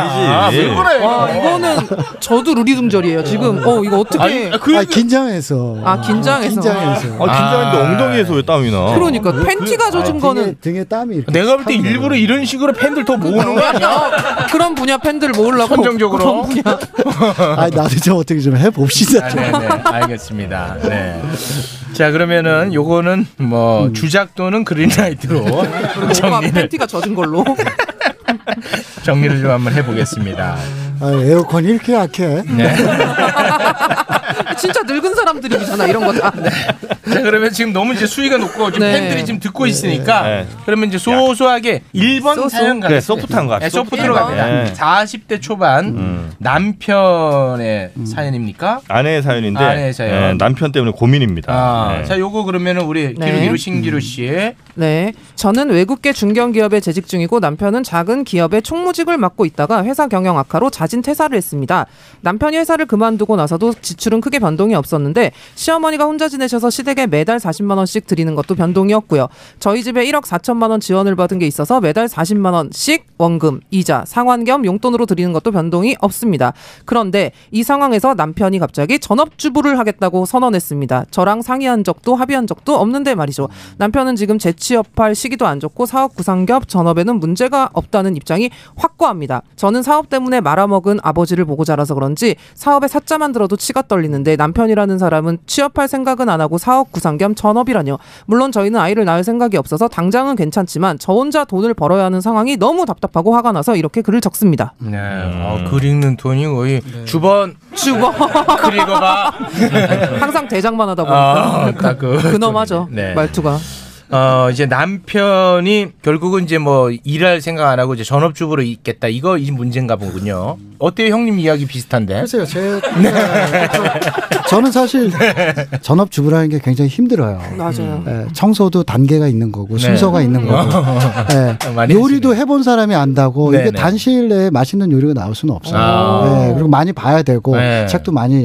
Speaker 9: 아니지.
Speaker 8: 왜 그래?
Speaker 10: 와 이거는 저도 루리둥절이에요 지금. 어 이거 어떻게?
Speaker 8: 아니, 그
Speaker 11: 아 긴장해서.
Speaker 10: 아, 긴장해서.
Speaker 11: 긴장해서.
Speaker 9: 아 긴장했는데 엉덩이에서 왜 땀이 나?
Speaker 10: 그러니까 팬티가 젖은
Speaker 11: 등에,
Speaker 10: 거는
Speaker 11: 등에 땀이 이렇게
Speaker 8: 내가 볼 때
Speaker 11: 타는 거예요.
Speaker 8: 일부러 이런 식으로 팬들 더 모으는 거 아니야?
Speaker 10: 어, 그런 분야 팬들을 모으려고
Speaker 8: 선정적으로.
Speaker 10: 그런 분야.
Speaker 11: 아니 나도 좀 어떻게 좀 해봅시다.
Speaker 8: 아, 네네 알겠습니다. 네. 자 그러면은 요거는 뭐 주작도는 그린라이트로
Speaker 10: 뭔가
Speaker 8: 정리를
Speaker 10: 팬티가 젖은 걸로. [LAUGHS]
Speaker 8: 정리를 좀 한번 해보겠습니다.
Speaker 11: 아, 에어컨 이렇게 약해.
Speaker 10: 진짜 늙은 사람들이잖아 이런 거 다.
Speaker 8: 네. 자 그러면 지금 너무 이제 수위가 높고 지금
Speaker 10: 네.
Speaker 8: 팬들이 지금 듣고 있으니까
Speaker 9: 네.
Speaker 8: 그러면 이제 소소하게 1번
Speaker 10: 소소.
Speaker 8: 사연 가
Speaker 9: 그래 소프트한 거
Speaker 8: 네,
Speaker 9: 같아.
Speaker 8: 소프트로
Speaker 10: 일 번.
Speaker 8: 갑니다.
Speaker 9: 네.
Speaker 8: 40대 초반 남편의
Speaker 11: 음.
Speaker 8: 사연입니까?
Speaker 9: 아내의 사연인데
Speaker 8: 아내의 사연.
Speaker 9: 예, 남편 때문에 고민입니다.
Speaker 8: 아,
Speaker 9: 예.
Speaker 8: 자 요거 그러면은 우리
Speaker 10: 네.
Speaker 8: 기루 기루 신기루 씨의
Speaker 10: 네. 저는 외국계 중견 기업에 재직 중이고 남편은 작은 기업의 총무직을 맡고 있다가 회사 경영 악화로 자진 퇴사를 했습니다. 남편이 회사를 그만두고 나서도 지출은 크게 변동이 없었는데 시어머니가 혼자 지내셔서 시댁에 매달 40만 원씩 드리는 것도 변동이 없고요. 저희 집에 1억 4천만 원 지원을 받은 게 있어서 매달 40만 원씩 원금, 이자, 상환 겸 용돈으로 드리는 것도 변동이 없습니다. 그런데 이 상황에서 남편이 갑자기 전업주부를 하겠다고 선언했습니다. 저랑 상의한 적도 합의한 적도 없는데 말이죠. 남편은 지금 재취 취업할 시기도 안 좋고 사업 구상겹 전업에는 문제가 없다는 입장이 확고합니다. 저는 사업 때문에 말아먹은 아버지를 보고 자라서 그런지 사업에 사자만 들어도 치가 떨리는데 남편이라는 사람은 취업할 생각은 안 하고 사업 구상겸 전업이라뇨. 물론 저희는 아이를 낳을 생각이 없어서 당장은 괜찮지만 저 혼자 돈을 벌어야 하는 상황이 너무 답답하고 화가 나서 이렇게 글을 적습니다.
Speaker 8: 네. 어, 글 읽는 돈이 거의
Speaker 11: 네.
Speaker 8: 주번
Speaker 10: [LAUGHS] 주번
Speaker 8: 네. 그리고가
Speaker 11: [LAUGHS]
Speaker 10: 항상 대장만 하다 보니까
Speaker 8: 네. 아, 딱그
Speaker 10: [LAUGHS] 근엄하죠
Speaker 8: 네.
Speaker 10: 말투가.
Speaker 8: 어 이제 남편이 결국은 이제 뭐 일할 생각 안 하고 이제 전업주부로 있겠다 이거 이 문제인가 보군요. 어때요 형님 이야기 비슷한데?
Speaker 11: 글쎄요 제 저는 사실 전업 주부라는 게 굉장히 힘들어요.
Speaker 10: 맞아요.
Speaker 11: 예, 청소도 단계가 있는 거고 순서가 있는 거고 예,
Speaker 8: 많이
Speaker 11: 요리도 해본 사람이 안다고
Speaker 8: 네,
Speaker 11: 이게
Speaker 8: 네.
Speaker 11: 단시일 내에 맛있는 요리가 나올 수는 없어요.
Speaker 8: 아.
Speaker 11: 예, 그리고 많이 봐야 되고
Speaker 8: 네.
Speaker 11: 책도 많이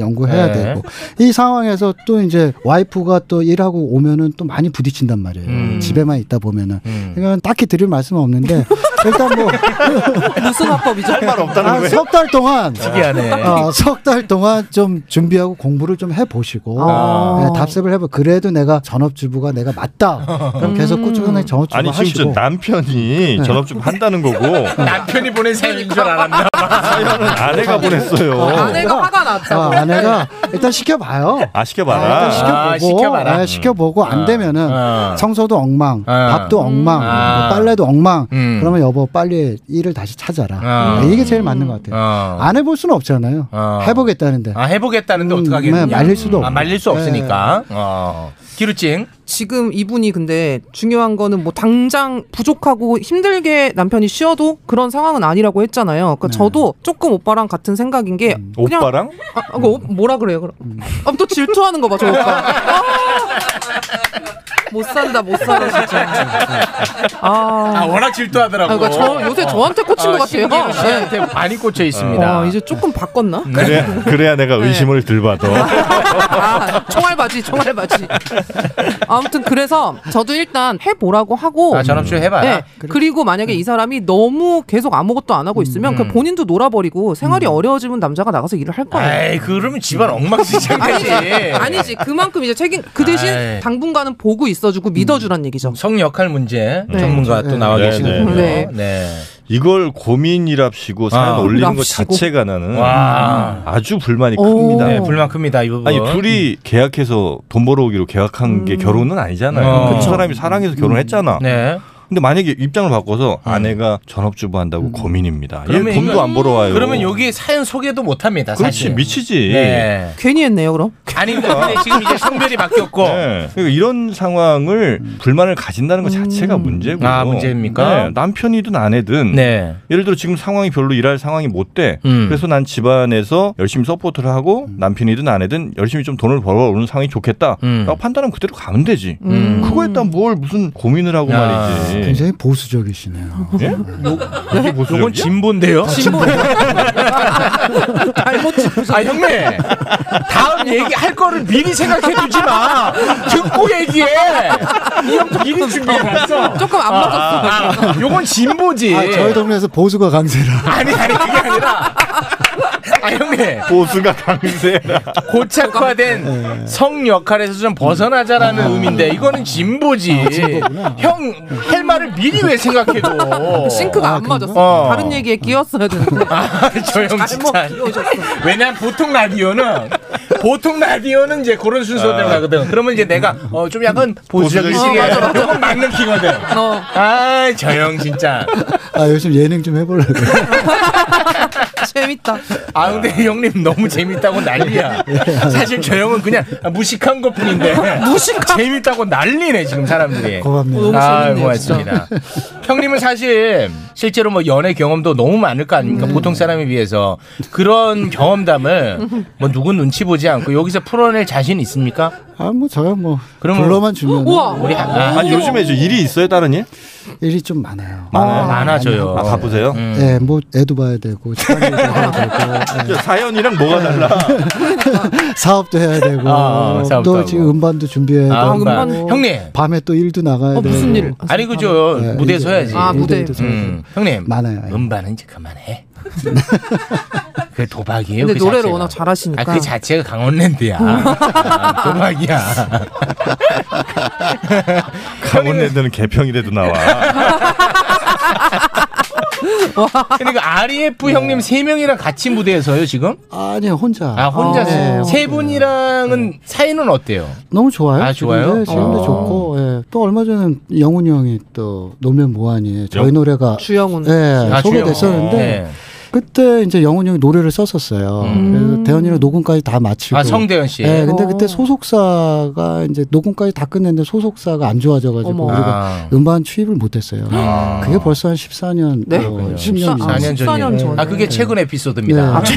Speaker 8: 네.
Speaker 11: 연구해야 되고 이 상황에서 또 이제 와이프가 또 일하고 오면은 또 많이 부딪힌단 말이에요.
Speaker 8: 음.
Speaker 11: 집에만 있다 보면은 그러니까 딱히 드릴 말씀은 없는데 일단 뭐
Speaker 10: [LAUGHS] 무슨 화법이죠?
Speaker 9: 할 말 없다는
Speaker 11: 한
Speaker 9: 거예요.
Speaker 11: 석 달 동안
Speaker 8: 아,
Speaker 11: 어,
Speaker 8: 특이하네.
Speaker 11: 석 달 동안 좀 준비하고 공부를 좀 해보시고
Speaker 10: 아.
Speaker 11: 네, 답습을 해보. 그래도 내가 전업주부가 내가 맞다. 그럼 계속
Speaker 10: 음.
Speaker 11: 꾸준히 전업주부
Speaker 9: 아니 지금 저
Speaker 11: 하시고.
Speaker 9: 남편이 전업 좀 한다는 거고
Speaker 8: 남편이 보낸 생인 줄 알았나?
Speaker 9: 사연은 아내가 보냈어요.
Speaker 10: 아내가 화가 났다고.
Speaker 11: 아, 아내가 일단 시켜봐요.
Speaker 9: 아
Speaker 11: 일단
Speaker 9: 시켜봐라.
Speaker 8: 아,
Speaker 11: 시켜보고
Speaker 8: 시켜봐라.
Speaker 11: 아, 시켜보고 안 되면은
Speaker 8: 아.
Speaker 11: 청소도 엉망,
Speaker 8: 아.
Speaker 11: 밥도
Speaker 10: 음.
Speaker 11: 엉망,
Speaker 8: 아.
Speaker 11: 뭐 빨래도 엉망.
Speaker 8: 음.
Speaker 11: 그러면 여보 빨리 일을 다시 찾아라.
Speaker 8: 아.
Speaker 11: 네, 이게 제일 맞는 것 같아요.
Speaker 8: 어.
Speaker 11: 안 해볼 수는 없잖아요.
Speaker 8: 아.
Speaker 11: 해보겠다는데.
Speaker 8: 아 해보겠다는데
Speaker 11: 음,
Speaker 8: 어떻게 하겠냐?
Speaker 11: 네, 말릴 수도 없고.
Speaker 8: 아, 말릴 수
Speaker 11: 네.
Speaker 8: 없으니까. 어. 기루찡.
Speaker 10: 지금 이분이 근데 중요한 거는 뭐 당장 부족하고 힘들게 남편이 쉬어도 그런 상황은 아니라고 했잖아요.
Speaker 11: 네.
Speaker 10: 그러니까 저도 조금 오빠랑 같은 생각인 게
Speaker 11: 음.
Speaker 10: 그냥
Speaker 9: 오빠랑
Speaker 10: 아, 아, 그거 오- 뭐라 그래요? 그럼 아, 또 질투하는 거 봐, 저
Speaker 11: [LAUGHS]
Speaker 10: 오빠. 아! 못 산다, 못 살아 진짜.
Speaker 8: 아
Speaker 10: 아,
Speaker 8: 워낙 질투하더라고.
Speaker 10: 아, 그러니까 저 요새 저한테 꽂힌 것 같아요.
Speaker 8: 신기루
Speaker 10: 네.
Speaker 8: 씨한테 많이 꽂혀 있습니다. 음.
Speaker 10: 와, 어, 이제 조금 바꿨나?
Speaker 9: 그래야, 그래야 내가 의심을 들받아.
Speaker 10: 아, 총알 바지, 총알 바지. 아무튼 그래서 저도 일단 해보라고 하고.
Speaker 8: 아 전업주 해봐라. 음.
Speaker 10: 네. 그리고 만약에 이 사람이 너무 계속 아무것도 안 하고 있으면 그 본인도 놀아버리고 생활이
Speaker 8: 음.
Speaker 10: 어려워지면 남자가 나가서 일을 할 거예요.
Speaker 8: 에이 그러면 집안 엉망진창이지.
Speaker 10: 아니지, 아니지. 그만큼 이제 책임 그 대신
Speaker 8: 아이. 음.
Speaker 10: 당분간은 보고 있어주고 믿어주란 얘기죠.
Speaker 8: 성 역할 문제
Speaker 10: 네.
Speaker 8: 전문가 또 나와
Speaker 9: 네,
Speaker 8: 계시는군요.
Speaker 10: 네,
Speaker 8: 네.
Speaker 9: 이걸 고민이랍시고 사연
Speaker 8: 아,
Speaker 9: 올리는 것
Speaker 10: 랍시고.
Speaker 9: 자체가 나는
Speaker 8: 와.
Speaker 9: 아주 불만이
Speaker 10: 오.
Speaker 9: 큽니다.
Speaker 8: 네, 불만 큽니다 이 부분.
Speaker 9: 아니 둘이 계약해서 돈 벌어오기로 계약한 게 결혼은 아니잖아요.
Speaker 8: 어.
Speaker 9: 그 사람이 사랑해서 결혼했잖아.
Speaker 8: 네. 음.
Speaker 9: 근데 만약에 입장을 바꿔서 아내가 전업주부 한다고 고민입니다. 얘
Speaker 8: 그러면
Speaker 9: 돈도
Speaker 8: 이건-
Speaker 9: 안 벌어와요.
Speaker 8: 그러면 여기 사연 소개도 못합니다.
Speaker 9: 그렇지
Speaker 8: 사실.
Speaker 9: 미치지.
Speaker 8: 네.
Speaker 10: 괜히 했네요, 그럼.
Speaker 8: 아니 근데 지금 이제 성별이 바뀌었고.
Speaker 9: 네. 그러니까 이런 상황을 불만을 가진다는 것 자체가 문제고요.
Speaker 8: 아, 문제입니까?
Speaker 9: 네, 남편이든 아내든
Speaker 8: 네.
Speaker 9: 예를 들어 지금 상황이 별로 일할 상황이 못 돼.
Speaker 8: 음.
Speaker 9: 그래서 난 집안에서 열심히 서포트를 하고 남편이든 아내든 열심히 좀 돈을 벌어오는 상황이 좋겠다.
Speaker 8: 음.
Speaker 9: 라고 판단하면 그대로 가면 되지.
Speaker 10: 음.
Speaker 9: 그거에 따라 뭘 무슨 고민을 하고
Speaker 8: 야.
Speaker 9: 말이지.
Speaker 11: 굉장히 보수적이시네요.
Speaker 9: 예? 이게 보수적이야?
Speaker 8: 이건 아, 진보인데요.
Speaker 10: 진보. 잘못 짚으셨
Speaker 8: 아 형님 다음 얘기할 거를 미리 생각해 두지 마 [LAUGHS] 듣고 얘기해 이 형도 미리 준비해놨어
Speaker 10: 조금 안 맞았어.
Speaker 8: 아, 요건 진보지
Speaker 11: 아, 저희 동네에서 보수가 강세라.
Speaker 8: 아니 아니 그게 아니라 아 형님
Speaker 9: 보수가 강세라.
Speaker 8: 아.
Speaker 11: 네.
Speaker 8: 고착화된 성 역할에서 좀 벗어나자라는
Speaker 11: 음.
Speaker 8: 의미인데 이거는 진보지
Speaker 11: 아,
Speaker 8: 형 할 말을 미리 왜 생각해도
Speaker 10: 그 싱크가 안 맞았어.
Speaker 8: 어.
Speaker 10: 다른 얘기에 끼었어야 되는데.
Speaker 8: 아저형
Speaker 10: 잘못
Speaker 8: 진짜
Speaker 10: 끼워줬어.
Speaker 8: 왜냐면 보통 라디오는 보통 라디오는 이제 그런 순서대로 가거든. 그러면 이제 내가 어, 좀 약간
Speaker 9: 보수적인
Speaker 8: 보수적인 시계
Speaker 10: 어, 맞아, 맞아.
Speaker 8: 조금 맞는 키거든.
Speaker 10: 어.
Speaker 8: 아, 저 형 진짜.
Speaker 11: 아, 요즘 예능 좀 해보려고.
Speaker 10: 재밌다.
Speaker 8: 아, 근데 이 형님 너무 재밌다고 난리야. 사실 저 형은 그냥 무식한 것 뿐인데.
Speaker 10: 무식한-
Speaker 8: 재밌다고 난리네, 지금 사람들이.
Speaker 11: 고맙네요.
Speaker 10: 너무
Speaker 8: 아,
Speaker 10: 재밌네요,
Speaker 8: 고맙습니다. 형님은 사실 실제로 뭐 연애 경험도 너무 많을 거 아닙니까? 보통 사람에 비해서 그런 경험담을 뭐 누군 눈치 보지 않고 여기서 풀어낼 자신 있습니까?
Speaker 11: 아, 뭐, 저야 뭐,
Speaker 8: 그러면-
Speaker 11: 불러만 주면
Speaker 10: 우와.
Speaker 8: 우리 한- 아,
Speaker 9: 아니 요즘에 저 일이 있어요 다른 일?
Speaker 11: 일이 좀 많아요.
Speaker 9: 많아요.
Speaker 8: 많아져요.
Speaker 9: 아 바쁘세요?
Speaker 11: 예, 뭐, 애도 봐야 되고, 집안일도 해야 되고,
Speaker 9: 저 사연이랑 뭐가 달라?
Speaker 11: 예, 사업도 해야 되고,
Speaker 8: 아, 사업도
Speaker 11: 또
Speaker 8: 하고.
Speaker 11: 지금 음반도 준비해야 되고,
Speaker 8: 아, 음반.
Speaker 10: 뭐-
Speaker 8: 형님.
Speaker 11: 밤에 또 일도 나가야
Speaker 10: 어,
Speaker 11: 되고.
Speaker 10: 무슨 일?
Speaker 8: 아니 그죠 무대에서 해야지.
Speaker 10: 아, 무대.
Speaker 11: 음.
Speaker 8: 음. 형님
Speaker 11: 많아요. 예. [LAUGHS]
Speaker 8: 음반은 이제 그만해. 그 도박이에요.
Speaker 10: 근데
Speaker 8: 그
Speaker 10: 노래를
Speaker 8: 자체가.
Speaker 10: 워낙 잘하시니까.
Speaker 8: 아, 그 자체가 강원랜드야.
Speaker 11: 어.
Speaker 8: 아, 도박이야.
Speaker 9: 강원랜드는 개평이라도 나와.
Speaker 8: 그러니까 RF 형님 세 명이랑 같이 무대에서요 지금?
Speaker 11: 네. 아니요 혼자.
Speaker 8: 아 혼자서
Speaker 11: 네,
Speaker 8: 세 분이랑은 사이는 어때요?
Speaker 11: 너무 좋아요.
Speaker 8: 아, 좋아요?
Speaker 11: 지금도, 지금도
Speaker 8: 어.
Speaker 11: 좋고 예. 또 얼마 전에 영훈이 형이 또 노면 뭐하니 저희
Speaker 8: 영-
Speaker 11: 노래가
Speaker 10: 주영훈
Speaker 11: 예,
Speaker 8: 아,
Speaker 11: 소개됐었는데
Speaker 8: 네. 음.
Speaker 11: 그때 이제 영훈이 형이 노래를 썼었어요.
Speaker 10: 음.
Speaker 11: 그래서 대현이랑 녹음까지 다 마치고.
Speaker 8: 아, 성대현 씨.
Speaker 11: 예, 근데
Speaker 10: 어.
Speaker 11: 그때 소속사가 이제 녹음까지 다 끝냈는데 소속사가 안 좋아져가지고
Speaker 8: 어머.
Speaker 11: 우리가
Speaker 8: 아.
Speaker 11: 음반 취입을 못했어요.
Speaker 8: 아.
Speaker 11: 그게 벌써 한 14년,
Speaker 8: 네?
Speaker 11: 어, 10년,
Speaker 8: 14년 전이요. 아 그게 최근 아, 에피소드입니다.
Speaker 10: 아,
Speaker 11: 네.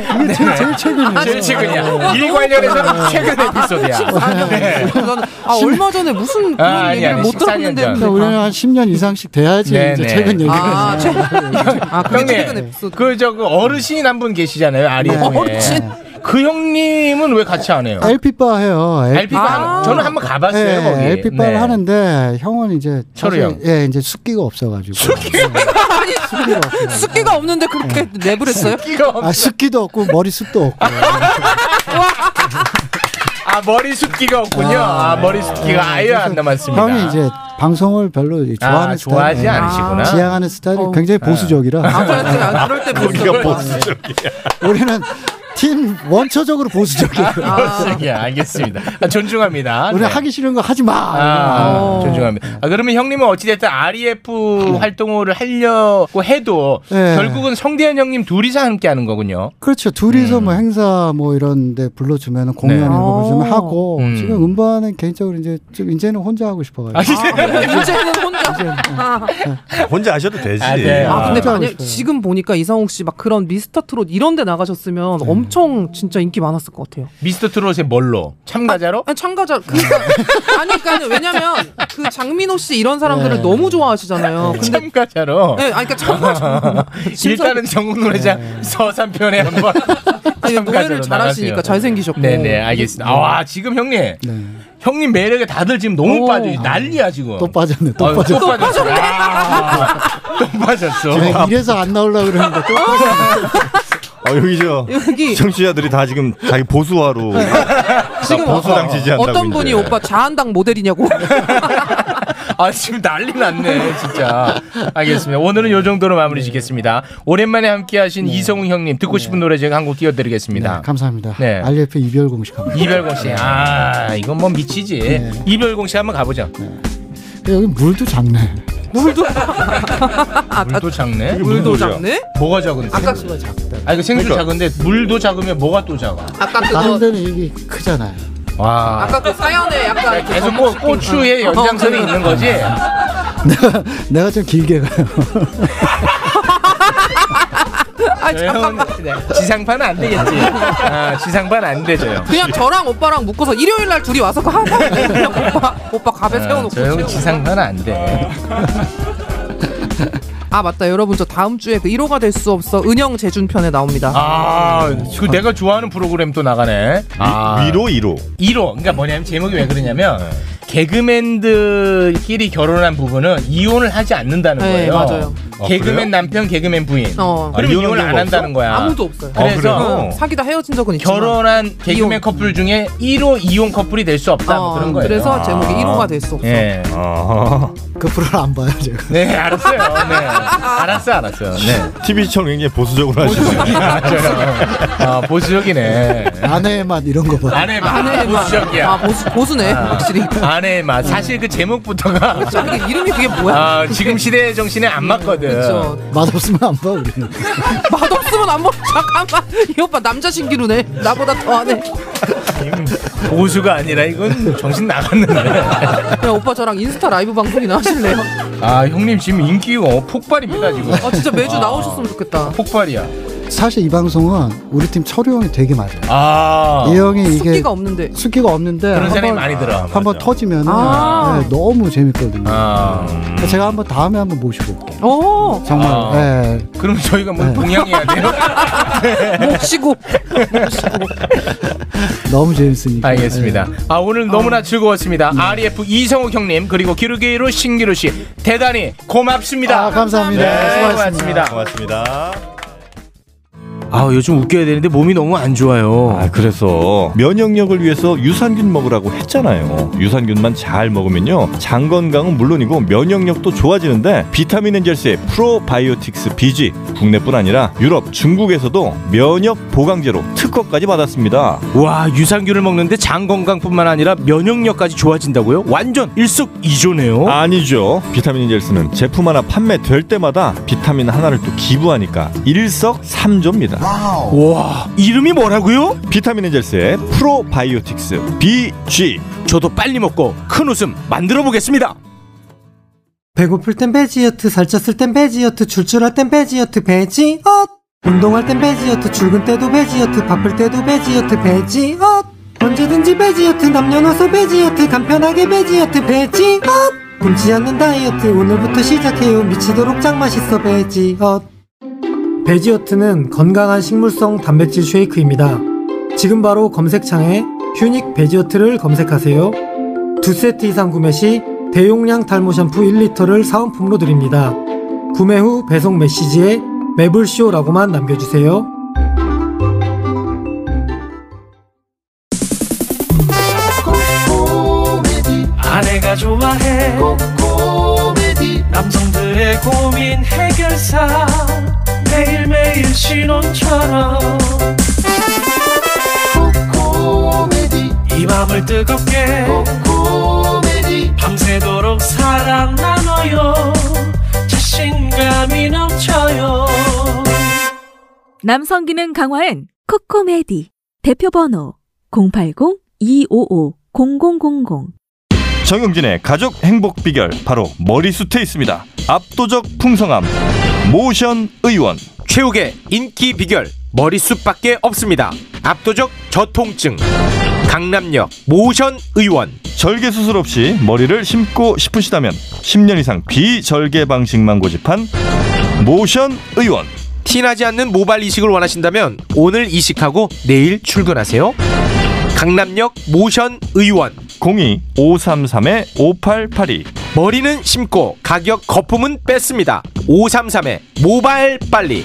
Speaker 11: 이게 제일, 제일 최근이에요.
Speaker 8: 네. 제일 아, 최근이야.
Speaker 10: 네.
Speaker 8: 일 관련해서는 최근 에피소드야. 네.
Speaker 10: 아 얼마 전에 무슨 그런
Speaker 8: 아, 아니,
Speaker 10: 얘기를
Speaker 8: 아니,
Speaker 10: 못
Speaker 8: 14년
Speaker 10: 들었는데
Speaker 8: 전.
Speaker 10: 근데
Speaker 11: 우리는 한 10년 이상씩 돼야지
Speaker 8: 네,
Speaker 11: 이제
Speaker 8: 네.
Speaker 11: 최근 얘기를.
Speaker 8: 아,
Speaker 11: 해요.
Speaker 8: 형님, 그 저그 어르신 한 분 계시잖아요. 아리
Speaker 11: 네.
Speaker 8: 형에.
Speaker 11: 어르신.
Speaker 8: 그 형님은 왜 같이 안 해요?
Speaker 11: LP바 해요.
Speaker 8: LP바
Speaker 11: 아.
Speaker 8: 하는- 저는 한번 가봤어요, 거기.
Speaker 11: LP바를
Speaker 8: 네.
Speaker 11: 하는데 형은 이제
Speaker 8: 철우 형.
Speaker 11: 사실, 예, 이제 숙기가 없어가지고.
Speaker 10: 아니 습기가 없는데 그렇게
Speaker 11: 네.
Speaker 10: 랩을 했어요?
Speaker 11: 아 습기도 없고 머리 습도 없고.
Speaker 8: 아 머리 숱기가 없군요. 아, 머리 숱기가 아예 안 남았습니다.
Speaker 11: 네. 형이 이제 방송을 별로 이제
Speaker 8: 아,
Speaker 11: 좋아하는
Speaker 8: 좋아하지
Speaker 11: 스타일이
Speaker 8: 않으시구나.
Speaker 11: 지향하는 스타일이
Speaker 8: 어.
Speaker 11: 굉장히
Speaker 8: 아.
Speaker 11: 보수적이라.
Speaker 9: 그러니까
Speaker 8: 그럴 때
Speaker 9: 거기가
Speaker 8: 보수적이야.
Speaker 11: 우리는 팀 원초적으로
Speaker 8: [LAUGHS]
Speaker 11: 보수적이에요.
Speaker 10: 아.
Speaker 8: 보수적이야. 예, 알겠습니다. 아, 존중합니다.
Speaker 11: 우리
Speaker 8: 네.
Speaker 11: 하기 싫은 거 하지 마.
Speaker 8: 아, 존중합니다. 아, 그러면 형님은 어찌됐든 REF 활동을 하려고 해도
Speaker 11: 네.
Speaker 8: 결국은 성대현 형님 둘이서 함께 하는 거군요.
Speaker 11: 그렇죠. 둘이서 뭐 행사 뭐 이런데 불러주면 공연
Speaker 8: 네.
Speaker 11: 이런 거 불러주면
Speaker 8: 어.
Speaker 11: 뭐 하고 지금 음반은 개인적으로 이제 좀 이제는 혼자 하고
Speaker 10: 아,
Speaker 11: 싶어가지고.
Speaker 10: 네.
Speaker 8: 아, 네.
Speaker 10: 문제는 혼자. 아.
Speaker 9: 혼자 하셔도 되지.
Speaker 10: 아, 근데
Speaker 11: 뭐. 혼자 하고
Speaker 10: 만약 지금 보니까 이상욱 씨 막 그런 미스터 트롯 이런 데
Speaker 11: 네.
Speaker 10: 나가셨으면 엄청 진짜 인기 많았을 것 같아요.
Speaker 8: 미스터 트롯의 뭘로? 참가자로?
Speaker 10: 아니, 참가자
Speaker 11: 네.
Speaker 10: 그러니까 [LAUGHS] 아니 그러니까 왜냐면 그 장민호 씨 이런 사람들을
Speaker 8: 네.
Speaker 10: 너무 좋아하시잖아요. 근데
Speaker 8: 참가자로.
Speaker 10: 네, 아니, 그러니까
Speaker 11: [LAUGHS]
Speaker 10: 참가자.
Speaker 8: 일단은 정국 노래장 서산편에 한번
Speaker 10: 네.
Speaker 8: 네.
Speaker 10: 노래를 잘하시니까 잘생기셨고. 네.
Speaker 8: 네네 알겠습니다. 아, 와 지금 형님 형님 매력에 다들 지금 너무
Speaker 10: 오. 아,
Speaker 8: 빠져 난리야 지금.
Speaker 11: 또 빠졌네. 또
Speaker 8: 아유,
Speaker 11: 빠졌네.
Speaker 8: 또 빠졌네. 아, 또
Speaker 11: 제가
Speaker 8: 빠졌어.
Speaker 11: 이래서 안 나올라 그러는데 또
Speaker 9: 어, 여기 저
Speaker 10: 여기. 네.
Speaker 9: 청취자들이 다 지금 자기 보수화로
Speaker 10: 지금
Speaker 9: 아, 보수당
Speaker 10: 어-
Speaker 9: 지지한다고
Speaker 10: 어떤
Speaker 9: 이제.
Speaker 10: 분이 오빠 자한당
Speaker 11: [LAUGHS]
Speaker 10: 모델이냐고.
Speaker 8: [LAUGHS]
Speaker 10: [LAUGHS]
Speaker 8: 아 지금 난리 났네 진짜. 알겠습니다. 오늘은 요 정도로
Speaker 10: 네.
Speaker 8: 마무리 짓겠습니다. 오랜만에 함께하신 이성웅 형님 듣고 싶은 노래 제가 한 곡 띄워드리겠습니다.
Speaker 11: 감사합니다.
Speaker 8: 네.
Speaker 11: RF 이별 공식합니다.
Speaker 8: 이별공식 아 이건 뭐 미치지. 이별공식 한번 가보자.
Speaker 11: 여기 물도 작네.
Speaker 10: 물도
Speaker 8: 물도 작네.
Speaker 10: 이게 무슨 물도 소리야? 작네?
Speaker 8: 뭐가 작은데?
Speaker 10: 아까
Speaker 11: 그거 작다.
Speaker 8: 아 이거 생수 작은데 물도 작으면 뭐가 또 작아?
Speaker 10: 아까
Speaker 11: 다른
Speaker 10: 그거
Speaker 11: 데는 이게 크잖아요.
Speaker 8: 와.
Speaker 10: 아까 그 사연에 약간 이렇게
Speaker 8: 계속 고, 고추의 연장선이 있는 거지.
Speaker 11: 내가 내가 좀 길게 가요.
Speaker 8: 그
Speaker 10: 아 잠깐만.
Speaker 8: 네, 지상파는 안 되겠지. 아, 지상파는 안 되죠.
Speaker 10: 그냥 저랑 오빠랑 묶어서 일요일 날 둘이 와서 하고 그냥 오빠 오빠 갑에 세워놓고
Speaker 8: 저 형은
Speaker 10: 채우고.
Speaker 8: 네. 아, 지상파는 안 돼.
Speaker 10: 아 맞다 여러분 저 다음 주에 그 1호가 될 수 없어 은영 재준 편에 나옵니다.
Speaker 8: 아, 그 내가 좋아하는 프로그램 또 나가네. 아.
Speaker 9: 위로 1호.
Speaker 8: 1호. 그러니까 뭐냐면 제목이 왜 그러냐면 개그맨들끼리 결혼한 부부는 이혼을 하지 않는다는
Speaker 10: 네,
Speaker 8: 거예요.
Speaker 10: 맞아요.
Speaker 9: 아,
Speaker 8: 개그맨
Speaker 9: 그래요?
Speaker 8: 남편, 개그맨 부인.
Speaker 10: 어.
Speaker 8: 그럼
Speaker 9: 아, 이혼한
Speaker 8: 이혼을 안
Speaker 9: 경우가
Speaker 8: 한다는 거야.
Speaker 10: 아무도 없어요.
Speaker 8: 그래서
Speaker 10: 어, 사귀다 헤어진 적은 있지만
Speaker 8: 결혼한 개그맨 커플 중에 1호 이혼 커플이 될 수 없다 뭐
Speaker 10: 어,
Speaker 8: 그런 거예요.
Speaker 10: 그래서 제목이 1호가 될 수 없어.
Speaker 8: 예.
Speaker 11: 그 프로를 안 봐요 제가.
Speaker 8: 네, 알았어요. 네. 알았어, 알았어. 네.
Speaker 9: TV 시청 굉장히 보수적으로 하시네요.
Speaker 8: 아, 보수적이네.
Speaker 11: 아내의 맛 이런 거 봐.
Speaker 8: 아내 맛.
Speaker 10: 아내의 맛.
Speaker 8: 보수적이야.
Speaker 10: 아 보수 보수네 확실히.
Speaker 8: 아내의 맛. 사실 그 제목부터가
Speaker 10: 저 이게 이름이 그게 뭐야?
Speaker 8: 아, 지금 시대의 정신에 안 맞거든.
Speaker 10: 그렇죠.
Speaker 11: 맛 없으면 안 봐 우리는.
Speaker 10: [LAUGHS] 맛 없으면 안 먹. 잠깐만 이 오빠 남자 신기루네. 나보다 더하네.
Speaker 8: 음, 보수가 아니라 이건 정신 나갔는데.
Speaker 10: 야 오빠 저랑 인스타 라이브 방송이나 하실래요?
Speaker 8: 아, 형님 지금 인기가 어, 폭발입니다, 지금.
Speaker 10: 아 진짜 매주 나오셨으면 좋겠다.
Speaker 8: 폭발이야.
Speaker 11: 사실 이 방송은 우리 팀 철우 형이 되게 맞아요.
Speaker 8: 아.
Speaker 11: 이 형이 이게
Speaker 10: 숙기가 없는데.
Speaker 11: 숙기가 없는데
Speaker 8: 그런 사람이
Speaker 11: 한번
Speaker 8: 많이 들어.
Speaker 11: 한번 터지면
Speaker 10: 아.
Speaker 11: 네, 너무 재밌거든요.
Speaker 8: 아.
Speaker 11: 제가 한번
Speaker 12: 네.
Speaker 11: 다음에 한번 모시고 올게요.
Speaker 10: 오.
Speaker 11: 정말
Speaker 8: 아.
Speaker 11: 예.
Speaker 8: [LAUGHS] 그럼 저희가 뭐 동향해야 돼요?
Speaker 10: 어, 몹시고
Speaker 11: 너무 재밌으니까.
Speaker 8: 알겠습니다.
Speaker 11: 예.
Speaker 8: 아 오늘 너무나 즐거웠습니다. RF 이성욱 형님 그리고 기르게이로 신기루 씨 대단히 고맙습니다. 네,
Speaker 11: 감사합니다.
Speaker 8: 아, 고맙습니다.
Speaker 9: 고맙습니다.
Speaker 8: 아 요즘 웃겨야 되는데 몸이 너무 안 좋아요.
Speaker 9: 아 그래서 면역력을 위해서 유산균 먹으라고 했잖아요. 유산균만 잘 먹으면요 장 건강은 물론이고 면역력도 좋아지는데 비타민 엔젤스의 프로바이오틱스 BG 국내뿐 아니라 유럽, 중국에서도 면역 보강제로 특허까지 받았습니다.
Speaker 8: 와 유산균을 먹는데 장 건강뿐만 아니라 면역력까지 좋아진다고요? 완전 일석이조네요.
Speaker 9: 어? 아니죠. 비타민 인젤스는 제품 하나 판매될 때마다 비타민 하나를 또 기부하니까 일석삼조입니다.
Speaker 8: 와 이름이 뭐라고요?
Speaker 9: 비타민 인젤스의 프로바이오틱스 BG.
Speaker 8: 저도 빨리 먹고 큰 웃음 만들어 보겠습니다.
Speaker 13: 배고플 땐 배지어트, 살쪘을 땐 배지어트, 출출할 땐 배지어트, 배지엇! 운동할 땐 배지어트, 출근 때도 배지어트, 바쁠 때도 배지어트, 배지엇! 언제든지 배지어트, 남녀노소 배지어트, 간편하게 배지어트, 배지엇! 굶지 않는 다이어트, 오늘부터 시작해요. 미치도록 짱 맛있어, 배지엇! 배지어트는 건강한 식물성 단백질 쉐이크입니다. 지금 바로 검색창에 휴닉 배지어트를 검색하세요. 두 세트 이상 구매 시 대용량 탈모 샴푸 1리터를 사은품으로 드립니다. 구매 후 배송 메시지에 매블쇼라고만 남겨주세요.
Speaker 6: 아내가 좋아해 코미디 남성들의 고민 해결사 매일매일 신혼처럼 코미디 이 맘을 뜨겁게 코미디 밤새도록 사랑 나눠요 자신감이 넘쳐요
Speaker 14: 남성 기능 강화엔 코코메디 대표 번호 080-255-0000
Speaker 9: 정용진의 가족 행복 비결 바로 머리숱에 있습니다. 압도적 풍성함 모션 의원
Speaker 8: 최욱의 인기 비결 머리숱밖에 없습니다. 압도적 저통증 강남역 모션 의원
Speaker 9: 절개 수술 없이 머리를 심고 싶으시다면 10년 이상 비절개 방식만 고집한 모션 의원
Speaker 8: 티나지 않는 모발 이식을 원하신다면 오늘 이식하고 내일 출근하세요. 강남역 모션 의원
Speaker 9: 02 533의 5882
Speaker 8: 머리는 심고 가격 거품은 뺐습니다. 533의 모발 빨리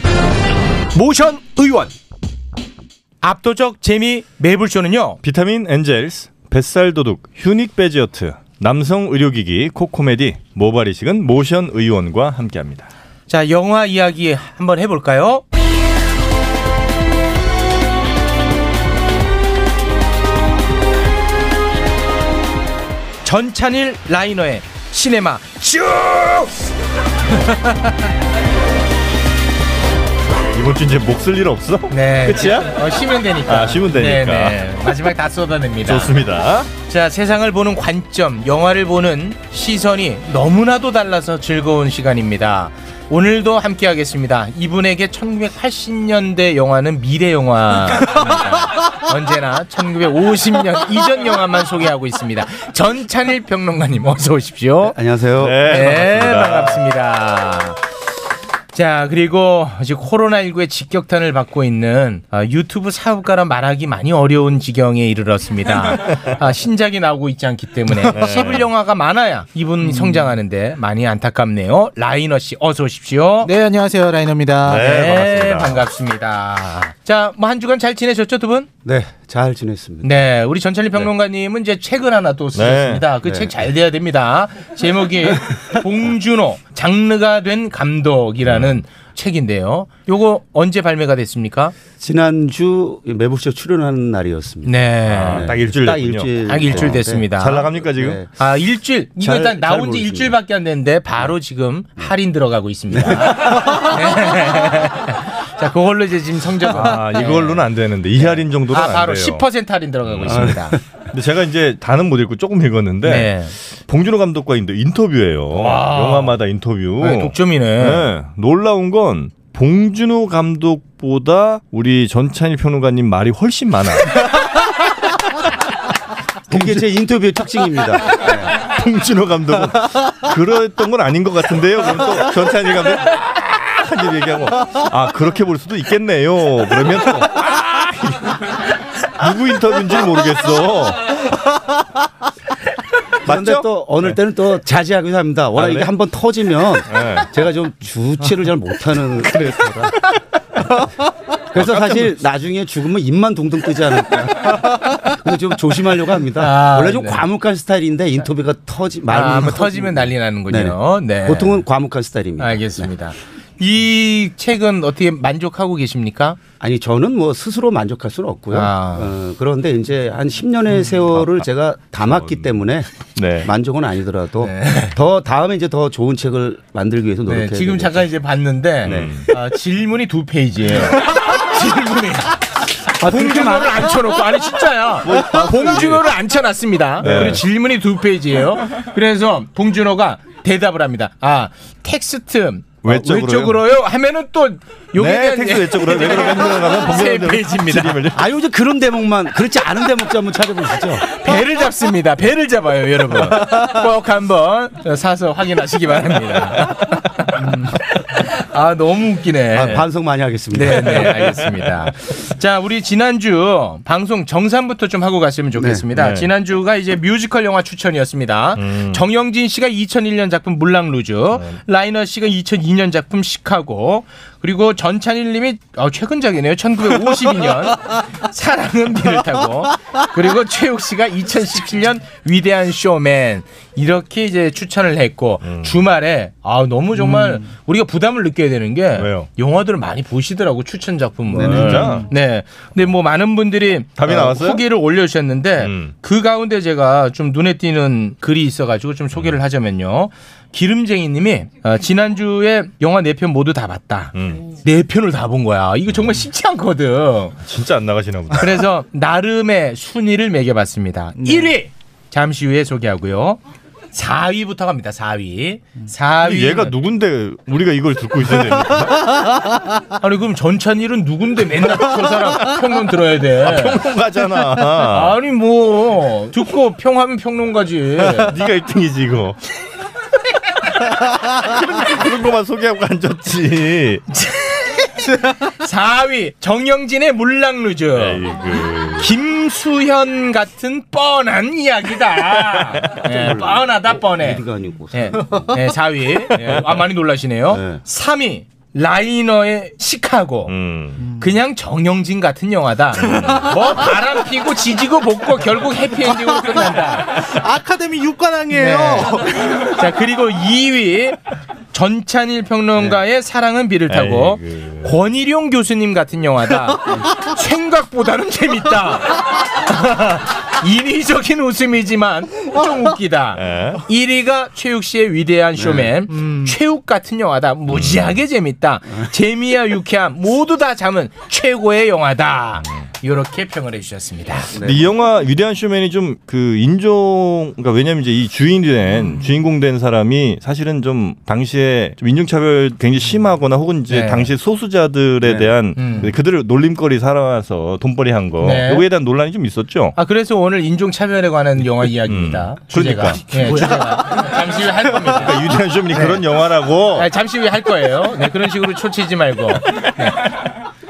Speaker 8: 모션 의원 압도적 재미 매불쇼는요.
Speaker 9: 비타민 엔젤스 뱃살 도둑 휴닉 베지어트 남성 의료기기 코코메디 모발 이식은 모션 의원과 함께합니다.
Speaker 8: 자 영화 이야기 한번 해볼까요? 전찬일 라이너의 시네마 쭉
Speaker 9: 이번 주 이제 목 쓸 일 없어?
Speaker 8: 네.
Speaker 9: 끝이야?
Speaker 8: 어, 쉬면 되니까.
Speaker 9: 아, 쉬면 되니까.
Speaker 8: 네네. 마지막 다 쏟아냅니다.
Speaker 9: 좋습니다.
Speaker 8: 자, 세상을 보는 관점, 영화를 보는 시선이 너무나도 달라서 즐거운 시간입니다. 오늘도 함께 하겠습니다. 이분에게 1980년대 영화는 미래 영화. [LAUGHS] 언제나 1950년 이전 영화만 소개하고 있습니다. 전찬일 평론가님 어서 오십시오.
Speaker 15: 안녕하세요.
Speaker 8: 네, 반갑습니다. 자, 그리고 지금 코로나19의 직격탄을 받고 있는 아, 유튜브 사업가라 말하기 많이 어려운 지경에 이르렀습니다. 아, 신작이 나오고 있지 않기 때문에
Speaker 12: 네.
Speaker 8: 씹을 영화가 많아야 이분 성장하는데 많이 안타깝네요. 라이너 씨 어서 오십시오.
Speaker 12: 네, 안녕하세요. 라이너입니다.
Speaker 8: 네, 반갑습니다. 자, 뭐 한 주간 잘 지내셨죠, 두 분?
Speaker 15: 네, 잘 지냈습니다.
Speaker 8: 네, 우리 전철리 평론가님은 이제 책을 하나 또 쓰셨습니다.
Speaker 15: 네.
Speaker 8: 그
Speaker 15: 네.
Speaker 8: 책 잘 돼야 됩니다. 제목이 [LAUGHS] 봉준호 장르가 된 감독이라는 책인데요. 요거 언제 발매가 됐습니까?
Speaker 15: 지난주 매부쇼 출연하는 날이었습니다.
Speaker 8: 네.
Speaker 9: 아, 딱 일주일
Speaker 15: 딱
Speaker 9: 됐군요.
Speaker 15: 일주일.
Speaker 8: 딱 일주일
Speaker 15: 네.
Speaker 8: 됐습니다.
Speaker 15: 네. 네.
Speaker 8: 아, 일주일. 이거
Speaker 15: 잘-
Speaker 8: 일단
Speaker 15: 잘
Speaker 8: 나온 지
Speaker 15: 모르겠습니다.
Speaker 8: 일주일밖에 안 됐는데 바로 지금 할인 들어가고 있습니다. [LAUGHS] 자, 그걸로 이제 지금 성적.
Speaker 9: 아, 이걸로는 안 되는데 이하린 정도는
Speaker 8: 네. 아, 바로
Speaker 9: 안 돼요.
Speaker 8: 10% 할인 들어가고 있습니다.
Speaker 9: 근데 제가 이제 다는 못 읽고 조금 읽었는데
Speaker 8: 네.
Speaker 9: 봉준호 감독과 인도- 인터뷰예요. 영화마다 인터뷰.
Speaker 8: 네, 독점이네.
Speaker 9: 놀라운 건 봉준호 감독보다 우리 전찬일 평론가님 말이 훨씬 많아.
Speaker 15: 그게 제 인터뷰의 특징입니다.
Speaker 9: 봉준호 감독은 그랬던 건 아닌 것 같은데요. 그럼 또 전찬일 감독 정확하게 얘기하고 아 그렇게 볼 수도 있겠네요. 그러면 또, 아, 누구 인터뷰인지 모르겠어.
Speaker 12: 그렇죠?
Speaker 15: 그런데 또 어느 때는 또 자제하기도 합니다. 워낙
Speaker 9: 아,
Speaker 15: 이게
Speaker 9: 네?
Speaker 15: 한번
Speaker 12: [LAUGHS]
Speaker 15: 터지면
Speaker 9: 네.
Speaker 15: 제가 좀 주체를 잘 못하는 그랬어요. [LAUGHS] 그래서
Speaker 9: 아, 깜짝
Speaker 15: 사실
Speaker 9: 놀랐어.
Speaker 15: 나중에 죽으면 입만 동동 뜨지 않을까. 그래서 좀 조심하려고 합니다.
Speaker 8: 아,
Speaker 15: 원래 좀
Speaker 8: 네.
Speaker 15: 과묵한 스타일인데 인터뷰가 터지 말로
Speaker 8: 아, 뭐 터지면 난리 나는군요.
Speaker 15: 네네.
Speaker 8: 네.
Speaker 15: 보통은 네. 과묵한 스타일입니다.
Speaker 8: 알겠습니다. 이 책은 어떻게 만족하고 계십니까?
Speaker 15: 아니 저는 뭐 스스로 만족할 수는 없고요.
Speaker 8: 아.
Speaker 15: 어, 그런데 이제 한 10년의 세월을 제가 담았기 때문에
Speaker 9: 네.
Speaker 15: 만족은 아니더라도 더 다음에 이제 더 좋은 책을 만들기 위해서
Speaker 8: 네,
Speaker 15: 노력해야 되겠죠.
Speaker 8: 지금
Speaker 15: 네.
Speaker 8: 잠깐 이제 봤는데 아, 질문이
Speaker 15: [LAUGHS]
Speaker 8: 두 페이지예요. 질문이.
Speaker 15: 아,
Speaker 8: 봉준호를 안 쳐놓고 아니 진짜야.
Speaker 15: 뭐
Speaker 8: 봉준호를 안 쳐놨습니다.
Speaker 9: 네.
Speaker 8: 그리고 질문이 두 페이지예요. 그래서 봉준호가 대답을 합니다. 아 텍스트 어,
Speaker 9: 외적으로요?
Speaker 8: 하면은 또 여기에
Speaker 15: 네,
Speaker 8: 대한
Speaker 15: 텍스트 외적으로요. 외적으로 맨날 가면 봉준호
Speaker 8: [LAUGHS] 세
Speaker 15: 대로
Speaker 8: 페이지입니다.
Speaker 9: 네.
Speaker 15: 아 요즘 그런 대목만 그렇지 않은 대목 좀 한번 찾아보시죠.
Speaker 8: 배를 잡습니다. 배를 잡아요, 여러분. 꼭 한번 사서 확인하시기 바랍니다. 음. 아 너무 웃기네.
Speaker 15: 아, 반성 많이 하겠습니다.
Speaker 8: 네, 네, 알겠습니다. 자, 우리 지난주 방송 정산부터 좀 하고 갔으면 좋겠습니다.
Speaker 15: 네, 음. 네.
Speaker 8: 지난주가 이제 뮤지컬 영화 추천이었습니다. 정영진 씨가 2001년 작품 물랑 루즈,
Speaker 15: 네.
Speaker 8: 라이너 씨가 2002년 작품 시카고, 그리고 전찬일 님이 어, 최근작이네요. 1952년 사랑은 비를 타고, 그리고 최욱 씨가 2017년 위대한 쇼맨 이렇게 이제 추천을 했고
Speaker 9: 음.
Speaker 8: 주말에 아 너무 정말 우리가 부담을 느껴야 되는 게 영화들을 많이 보시더라고 추천 작품을.
Speaker 9: 네, 진짜?
Speaker 8: 네. 근데 뭐 많은 분들이
Speaker 9: 답이 나왔어요? 음.
Speaker 8: 후기를 올려주셨는데 그 가운데 제가 좀 눈에 띄는 글이 있어가지고 좀 소개를
Speaker 9: 음.
Speaker 8: 하자면요. 기름쟁이님이 어, 지난주에 영화 네 편 모두 다 봤다.
Speaker 9: 음.
Speaker 8: 네 편을 다 본 거야. 이거 정말 쉽지 않거든.
Speaker 9: 진짜 안 나가시나 보다.
Speaker 8: 그래서 나름의 순위를 매겨봤습니다.
Speaker 9: 네.
Speaker 8: 1위 잠시 후에 소개하고요. 4위부터 갑니다. 4위. 아, 4위.
Speaker 9: 얘가 누군데 우리가 이걸 듣고 있어야 되니까.
Speaker 8: 아니 그럼 전찬일은 누군데 맨날 저 사람 평론 들어야 돼.
Speaker 9: [LAUGHS] 아, 평론가잖아.
Speaker 8: 아니 뭐 듣고 평하면 평론가지.
Speaker 9: 네가 1등이지
Speaker 12: [LAUGHS]
Speaker 9: 이거. 그런 거만 소개하고 앉았지.
Speaker 8: 4위 정영진의 물랑루즈.
Speaker 9: 네, 예.
Speaker 8: 김수현 같은 뻔한 이야기다.
Speaker 9: 네,
Speaker 8: 예, 뻔하다 뻔해.
Speaker 9: 그러니까
Speaker 15: 이가 아니고.
Speaker 8: 예, 예, 4위. 예, 아 많이 놀라시네요. 3위 라이너의
Speaker 9: 음.
Speaker 8: 시카고.
Speaker 12: 음.
Speaker 8: 그냥 정영진 같은 영화다. 뭐 바람 피고 지지고 볶고 결국 해피엔딩으로 끝난다.
Speaker 12: 아카데미 6관왕이에요.
Speaker 8: 네. 자 그리고 2위 전찬일 평론가의 사랑은 비를 타고 권일용 교수님 같은 영화다. 생각보다는 재밌다. [LAUGHS] 인위적인 웃음이지만 좀
Speaker 9: 네.
Speaker 8: 웃기다. 1위가 최욱 씨의 위대한 쇼맨.
Speaker 12: 음.
Speaker 8: 최욱 같은 영화다.
Speaker 9: 음.
Speaker 8: 무지하게 재밌다.
Speaker 9: 네.
Speaker 8: 재미와 유쾌함 모두 다 잠은 최고의 영화다.
Speaker 9: 네.
Speaker 8: 이렇게 평을 해주셨습니다.
Speaker 12: 네.
Speaker 9: 근데 이 영화 위대한 쇼맨이 좀 그 인종 그러니까 왜냐면 이제 이 주인이
Speaker 12: 음.
Speaker 9: 된 주인공 된 사람이 사실은 좀 당시에 좀 인종차별
Speaker 12: 음.
Speaker 9: 굉장히 심하거나 혹은 이제
Speaker 15: 네.
Speaker 9: 당시 소수자들에
Speaker 12: 네.
Speaker 9: 대한 그들을 놀림거리 살아와서 돈벌이 한 거
Speaker 8: 네.
Speaker 9: 요거에 대한 논란이 좀 있었죠.
Speaker 8: 아 그래서 오늘 인종 차별에 관한 영화 이야기입니다. 주제가.
Speaker 9: 음. 그러니까.
Speaker 8: 예,
Speaker 9: 뭐야? 그러니까
Speaker 8: 주제가. 잠시 후에 할
Speaker 12: 아.
Speaker 8: 겁니다.
Speaker 9: 위대한
Speaker 12: 네.
Speaker 9: 쇼맨이 그런 영화라고.
Speaker 8: 아, 잠시 후에 할 거예요. 네, 그런 식으로 초치지 말고. 네.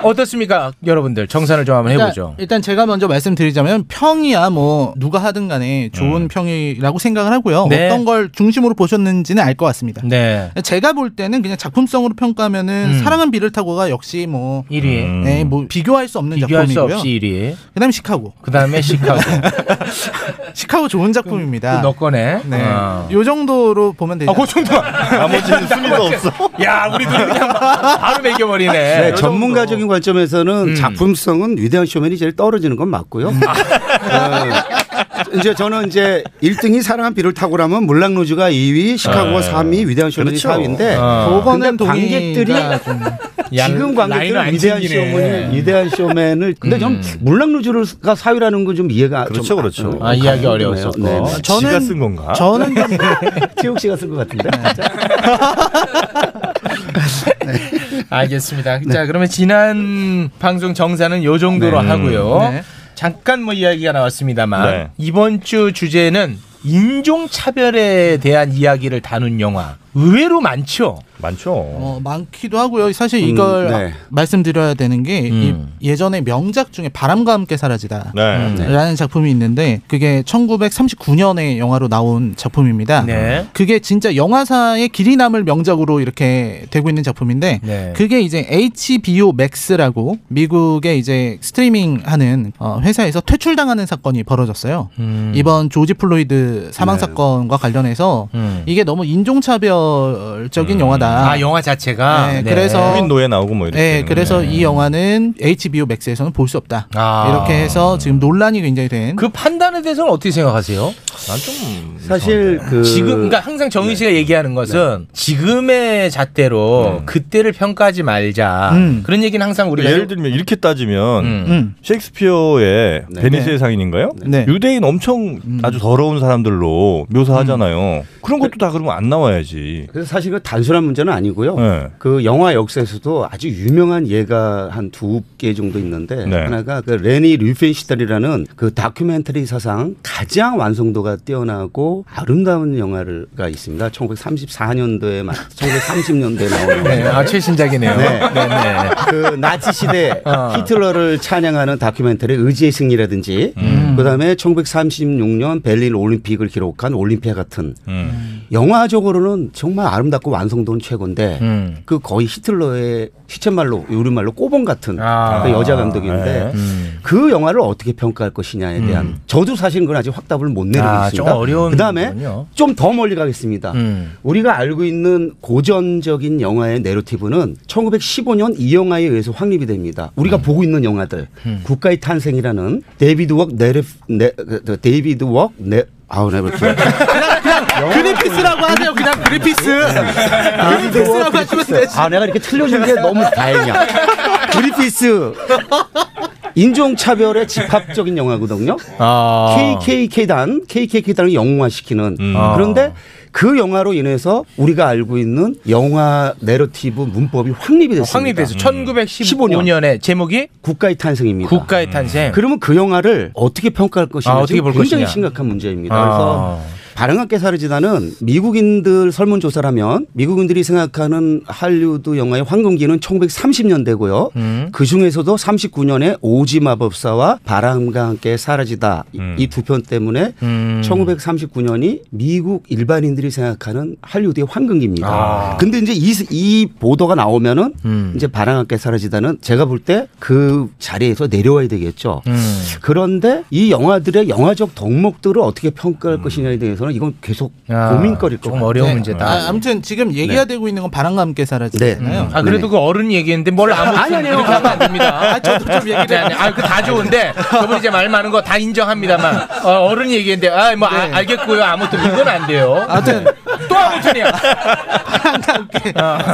Speaker 8: 어떻습니까, 여러분들? 정산을 좀 한번 해보죠.
Speaker 12: 일단, 일단 제가 먼저 말씀드리자면 평이야 뭐 누가 하든 간에
Speaker 8: 음.
Speaker 12: 좋은 평이라고 생각을 하고요.
Speaker 8: 네.
Speaker 12: 어떤 걸 중심으로 보셨는지는 알 것 같습니다.
Speaker 8: 네.
Speaker 12: 제가 볼 때는 그냥 작품성으로 평가하면은
Speaker 8: 음.
Speaker 12: 사랑은 비를 타고가 역시 뭐
Speaker 8: 1위.
Speaker 12: 네, 뭐 비교할 수 없는
Speaker 8: 비교할 수
Speaker 12: 작품이고요.
Speaker 8: 없이 1위.
Speaker 12: 그다음 시카고.
Speaker 8: 그다음에 시카고.
Speaker 12: [LAUGHS]
Speaker 8: 그
Speaker 12: 시카고 좋은 작품입니다.
Speaker 8: 너 거네.
Speaker 12: 네.
Speaker 8: 어.
Speaker 12: 요 정도로 보면 되죠.
Speaker 8: 아, 그 정도.
Speaker 9: 나머지는 순위도 없어.
Speaker 8: 야, 우리도 그냥 바로 매겨버리네.
Speaker 15: 네,
Speaker 8: 요 정도.
Speaker 15: 전문가적인 관점에서는 작품성은 위대한 쇼맨이 제일 떨어지는 건 맞고요. 어, 이제 저는 이제 1등이 사랑한 비를 타고라면 물랑루즈가 2위, 시카고가
Speaker 8: 네.
Speaker 15: 3위, 위대한 쇼맨이
Speaker 8: 그렇죠.
Speaker 15: 4위인데
Speaker 8: 어. 그거는
Speaker 15: 관객들이
Speaker 8: 동의가 야,
Speaker 15: 지금
Speaker 8: 라인은 안
Speaker 15: 관객들은 위대한
Speaker 8: 챙기네. 음.
Speaker 15: 쇼맨을 위대한 쇼맨을 근데 좀 물랑루즈가 4위라는 건 좀 이해가 그렇죠 그렇죠.
Speaker 8: 아, 이해하기 어려웠었고.
Speaker 12: 저는- 지가 쓴 건가? 저는
Speaker 15: 최욱 씨가 쓴 것 같은데.
Speaker 8: 알겠습니다. 자, 그러면 지난 방송 정사는 요 정도로
Speaker 9: 네.
Speaker 8: 하고요.
Speaker 9: 네.
Speaker 8: 잠깐 뭐 이야기가 나왔습니다만
Speaker 9: 네.
Speaker 8: 이번 주 주제는 인종 차별에 대한 이야기를 다룬 영화. 의외로 많죠.
Speaker 9: 많죠.
Speaker 12: 어, 많기도 하고요. 사실
Speaker 8: 음,
Speaker 12: 이걸
Speaker 8: 네.
Speaker 12: 아- 말씀드려야 되는 게
Speaker 8: 음.
Speaker 12: 이 예전에 명작 중에 바람과 함께 사라지다.
Speaker 9: 네. 네.
Speaker 12: 라는 작품이 있는데 그게 1939년에 영화로 나온 작품입니다.
Speaker 8: 네.
Speaker 12: 그게 진짜 영화사의 길이 남을 명작으로 이렇게 되고 있는 작품인데
Speaker 8: 네.
Speaker 12: 그게 이제 HBO Max라고 미국의 이제 스트리밍하는 어, 회사에서 퇴출당하는 사건이 벌어졌어요. 이번 조지 플로이드 사망
Speaker 8: 음. 네.
Speaker 12: 사건과 관련해서
Speaker 8: 음.
Speaker 12: 이게 너무
Speaker 15: 음.
Speaker 12: 인종차별적인 영화다.
Speaker 8: 아 영화
Speaker 12: 네,
Speaker 8: 자체가
Speaker 12: 그래서
Speaker 9: 국민 노예 나오고 뭐 이렇게.
Speaker 12: 네, 그래서 이 영화는 HBO Max에서는 볼 수 없다.
Speaker 8: 아.
Speaker 12: 이렇게 해서 지금 논란이 굉장히 된. 그
Speaker 8: 판단에 대해서는 어떻게 생각하세요?
Speaker 9: 난좀 네.
Speaker 8: 사실
Speaker 12: 그- 네.
Speaker 8: 지금 그러니까 항상 정희 씨가 얘기하는 것은 지금의 잣대로 그때를 평가하지 말자
Speaker 9: 음.
Speaker 8: 그런 얘기는 항상 우리가
Speaker 9: 예를 들면 이렇게 따지면
Speaker 8: 음.
Speaker 9: 셰익스피어의
Speaker 8: 네.
Speaker 9: 베니스의
Speaker 8: 네.
Speaker 9: 상인인가요?
Speaker 12: 네.
Speaker 9: 유대인 엄청
Speaker 8: 음.
Speaker 9: 아주 더러운 사람들로 묘사하잖아요.
Speaker 12: 음.
Speaker 9: 그런 것도 다 그러면 안 나와야지.
Speaker 15: 그래서 사실 그 단순한 문제는 아니고요.
Speaker 9: 네.
Speaker 15: 그 영화 역사에서도 아주 유명한 예가 한 두 개 정도 있는데
Speaker 9: 네.
Speaker 15: 하나가 그 레니 류펜시탈이라는 그 다큐멘터리 사상 가장 완성도가 뛰어나고 아름다운 영화가 있습니다. 1934년도에 1930년도에 나온
Speaker 8: 네, 아, 최신작이네요.
Speaker 15: 네.
Speaker 8: 네, 네.
Speaker 15: 그 나치 시대
Speaker 8: [LAUGHS] 어.
Speaker 15: 히틀러를 찬양하는 다큐멘터리 의지의 승리라든지 그다음에 1936년 베를린 올림픽을 기록한 올림피아 같은
Speaker 9: 음.
Speaker 15: 영화적으로는 정말 아름답고 완성도는 최고인데
Speaker 8: 음.
Speaker 15: 그 거의 히틀러의 시쳇말로 우리말로 꼬본 같은
Speaker 8: 아.
Speaker 15: 그 여자 감독인데
Speaker 8: 네. 음.
Speaker 15: 그 영화를 어떻게 평가할 것이냐에 대한
Speaker 8: 음.
Speaker 15: 저도 사실은 그건 아직 확답을 못 내리고
Speaker 8: 아,
Speaker 15: 있습니다.
Speaker 8: 좀 어려운
Speaker 15: 그다음에
Speaker 8: 거군요.
Speaker 15: 좀 더 멀리 가겠습니다.
Speaker 8: 음.
Speaker 15: 우리가 알고 있는 고전적인 영화의 내러티브는 1915년 이 영화에 의해서 확립이 됩니다. 우리가 보고 있는 영화들
Speaker 2: 음.
Speaker 15: 국가의 탄생이라는 데이비드 웍 네르 네, 그, 그, 데이비드 웍네 아우 네버 뭐.
Speaker 12: 그래피스라고 하세요. 그냥 그래피스. 아, 그래피스라고 하시면 되지.
Speaker 15: 네. 아, 내가 이렇게 틀려준 게 너무 다행이야. [LAUGHS] 그리피스. 인종차별의 집합적인 영화거든요.
Speaker 8: 아.
Speaker 15: KKK단, KKK단을 영웅화시키는.
Speaker 8: 아.
Speaker 15: 그런데 그 영화로 인해서 우리가 알고 있는 영화 내러티브 문법이 확립이 됐습니다.
Speaker 8: 확립돼서 어, 1915년. 에 제목이
Speaker 15: 국가의 탄생입니다.
Speaker 8: 국가의 탄생.
Speaker 15: 그러면 그 영화를 어떻게 평가할 것이냐
Speaker 8: 아, 어떻게
Speaker 15: 지금
Speaker 8: 볼
Speaker 15: 굉장히
Speaker 8: 것이냐.
Speaker 15: 심각한 문제입니다.
Speaker 8: 아.
Speaker 15: 그래서 바른학계 사르지단은 미국인들 설문조사를 하면 미국인들이 생각하는 할리우드 영화의 황금기는 1930년대고요.
Speaker 8: 음.
Speaker 15: 그 중에서도 39년에 오지 마법사와 바람과 함께 사라지다
Speaker 8: 음.
Speaker 15: 이 두 편 때문에 1939년이 미국 일반인들이 생각하는 할리우드의 황금기입니다.
Speaker 8: 아.
Speaker 15: 근데 이제 이, 이 보도가 나오면은
Speaker 8: 음.
Speaker 15: 이제 바람 함께 사라지다는 제가 볼 때 그 자리에서 내려와야 되겠죠.
Speaker 8: 음.
Speaker 15: 그런데 이 영화들의 영화적 덕목들을 어떻게
Speaker 12: 음.
Speaker 15: 평가할 것이냐에 대해서는 이건 계속
Speaker 8: 아,
Speaker 15: 고민거리일 것 같아요.
Speaker 8: 어려운
Speaker 12: 네.
Speaker 8: 문제다.
Speaker 12: 아, 아무튼 지금 얘기가 되고 있는 건 바람과 함께
Speaker 15: 네.
Speaker 12: [LAUGHS] 사라지잖아요.
Speaker 8: 아 그래도 그 어른 얘기했는데 뭘 아무
Speaker 12: 아니, 아니요.
Speaker 8: 이렇게 하면 안 됩니다. 네,
Speaker 12: 아, 저도 좀 얘기를
Speaker 8: 아그다 좋은데 저분 이제 말 많은 거 다 인정합니다만 어, 어른 얘기인데 아뭐
Speaker 12: 네.
Speaker 8: 알겠고요 아무튼 이건 안 돼요. 네.
Speaker 12: 아무튼
Speaker 8: 또 아무튼이야.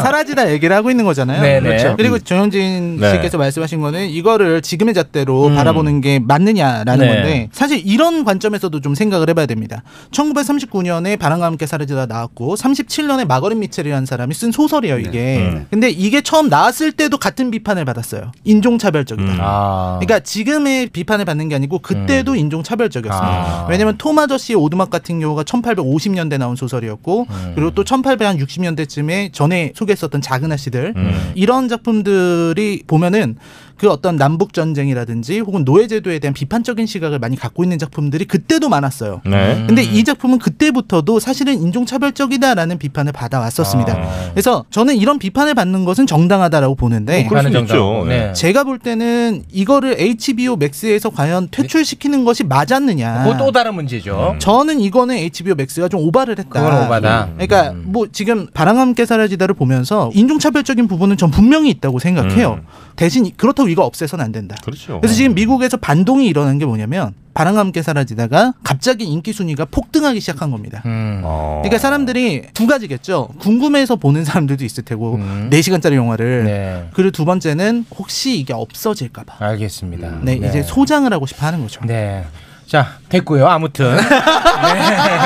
Speaker 12: 사라지다 얘기를 하고 있는 거잖아요.
Speaker 8: 아. 네, 네.
Speaker 12: 그렇죠.
Speaker 15: 음.
Speaker 12: 그리고 정영진
Speaker 8: 네. 음.
Speaker 12: 씨께서 말씀하신 거는 이거를 지금의 잣대로 바라보는 게 맞느냐라는
Speaker 8: 네.
Speaker 12: 건데 사실 이런 관점에서도 좀 생각을 해봐야 됩니다. 1939년에 바람과 함께 사라지다 나왔고 37년에 마거린 미첼이라는 사람이 쓴
Speaker 8: 네.
Speaker 12: 소설이에요 이게.
Speaker 9: 음.
Speaker 12: 근데 이게 처음 나왔을 때도 같은 비판을 받았어요.
Speaker 9: 음.
Speaker 12: 인종차별적이다.
Speaker 8: 아,
Speaker 12: 그러니까 지금의 비판을 받는 게 아니고
Speaker 8: 음.
Speaker 12: 그때도 인종차별적이었습니다.
Speaker 8: 아.
Speaker 12: 왜냐하면 톰 아저씨의 오두막 같은 경우가 1850년대 나온 소설이었고 그리고 또 1860년대쯤에 전에 소개했었던 작은 아씨들
Speaker 8: 음.
Speaker 12: 이런 작품들이 보면은 그 어떤 남북 전쟁이라든지 혹은 노예 제도에 대한 비판적인 시각을 많이 갖고 있는 작품들이 그때도 많았어요.
Speaker 8: 음.
Speaker 9: 네.
Speaker 12: 근데 이 작품은 그때부터도 사실은 인종차별적이다라는 비판을 받아왔었습니다. 그래서 저는 이런 비판을 받는 것은 정당하다라고 보는데
Speaker 9: 뭐 그럴 수도 있죠. 네.
Speaker 12: 제가 볼 때는 이거를 HBO 맥스에서 과연 퇴출시키는 것이 맞았느냐.
Speaker 8: 그거 또 다른 문제죠.
Speaker 12: 저는 이거는 HBO 맥스가 좀 오바를 했다.
Speaker 8: 그건 오바다.
Speaker 12: 음. 그러니까 뭐 지금 바람과 함께 사라지다를 보면서 인종차별적인 부분은 전 분명히 있다고
Speaker 8: 음.
Speaker 12: 생각해요. 대신 그렇다고 이거 없애서는 안 된다.
Speaker 9: 그렇죠.
Speaker 8: 네.
Speaker 12: 그래서 지금 미국에서 반동이 일어난 게 뭐냐면 바람과 함께 사라지다가 갑자기 인기 순위가 폭등하기 시작한 겁니다.
Speaker 8: 음.
Speaker 9: 어.
Speaker 12: 그러니까 사람들이 두 가지겠죠. 궁금해서 보는 사람들도 있을 테고
Speaker 15: 음.
Speaker 12: 네 4시간짜리 영화를 그리고 두 번째는 혹시 이게 없어질까 봐.
Speaker 8: 알겠습니다.
Speaker 12: 네,
Speaker 8: 네.
Speaker 12: 이제 소장을 하고 싶어 하는 거죠.
Speaker 8: 네. 자,
Speaker 9: [LAUGHS]
Speaker 8: 됐고요. 아무튼. 네. [LAUGHS]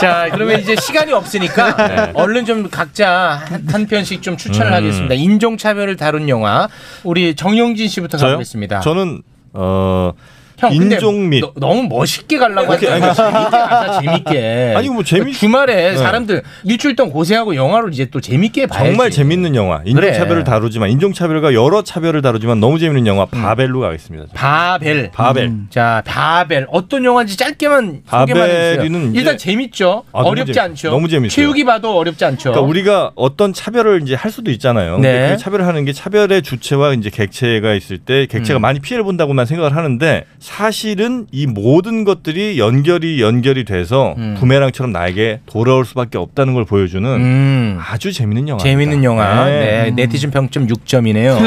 Speaker 8: 자, 그러면 이제 시간이 없으니까
Speaker 9: 네.
Speaker 8: 얼른 좀 각자 한, 한 편씩 좀 추천을
Speaker 9: 음.
Speaker 8: 하겠습니다. 인종차별을 다룬 영화. 우리 정영진 씨부터
Speaker 9: 저요?
Speaker 8: 가보겠습니다.
Speaker 9: 저는 어
Speaker 8: 형 근데
Speaker 9: 인종 및
Speaker 8: 너, 너무 멋있게 가려고
Speaker 9: 오케이,
Speaker 8: 했잖아.
Speaker 9: 알겠습니다.
Speaker 8: 재밌게 가자, 재밌게.
Speaker 9: 아니, 뭐 재밌-
Speaker 8: 주말에
Speaker 9: 네.
Speaker 8: 사람들 일주일 동안 고생하고 영화를 이제 또 재밌게 봐야지.
Speaker 9: 정말 재밌는 영화. 인종차별을 다루지만 인종차별과 여러 차별을 다루지만 너무 재밌는
Speaker 8: 음.
Speaker 9: 영화 바벨로 가겠습니다.
Speaker 8: 바벨. 음.
Speaker 9: 바벨.
Speaker 8: 자, 바벨. 어떤 영화인지 짧게만 소개만 해주세요.
Speaker 9: 바벨은 이제-
Speaker 8: 일단 재밌죠.
Speaker 9: 아, 너무
Speaker 8: 어렵지
Speaker 9: 재밌-
Speaker 8: 않죠.
Speaker 9: 너무 재밌어요.
Speaker 8: 최욱이 봐도 어렵지 않죠.
Speaker 9: 그러니까 우리가 어떤 차별을 이제 할 수도 있잖아요. 근데
Speaker 8: 그렇죠. 네.
Speaker 9: 그 차별을 하는 게 차별의 주체와 이제 객체가 있을 때 객체가
Speaker 8: 음.
Speaker 9: 많이 피해를 본다고만 생각을 하는데 사실은 이 모든 것들이 연결이 연결이 돼서
Speaker 8: 음.
Speaker 9: 부메랑처럼 나에게 돌아올 수밖에 없다는 걸 보여주는
Speaker 8: 음.
Speaker 9: 아주 재밌는 영화.
Speaker 8: 재밌는 영화. 네.
Speaker 9: 음.
Speaker 8: 네티즌
Speaker 9: [LAUGHS]
Speaker 8: 평점 6점이네요.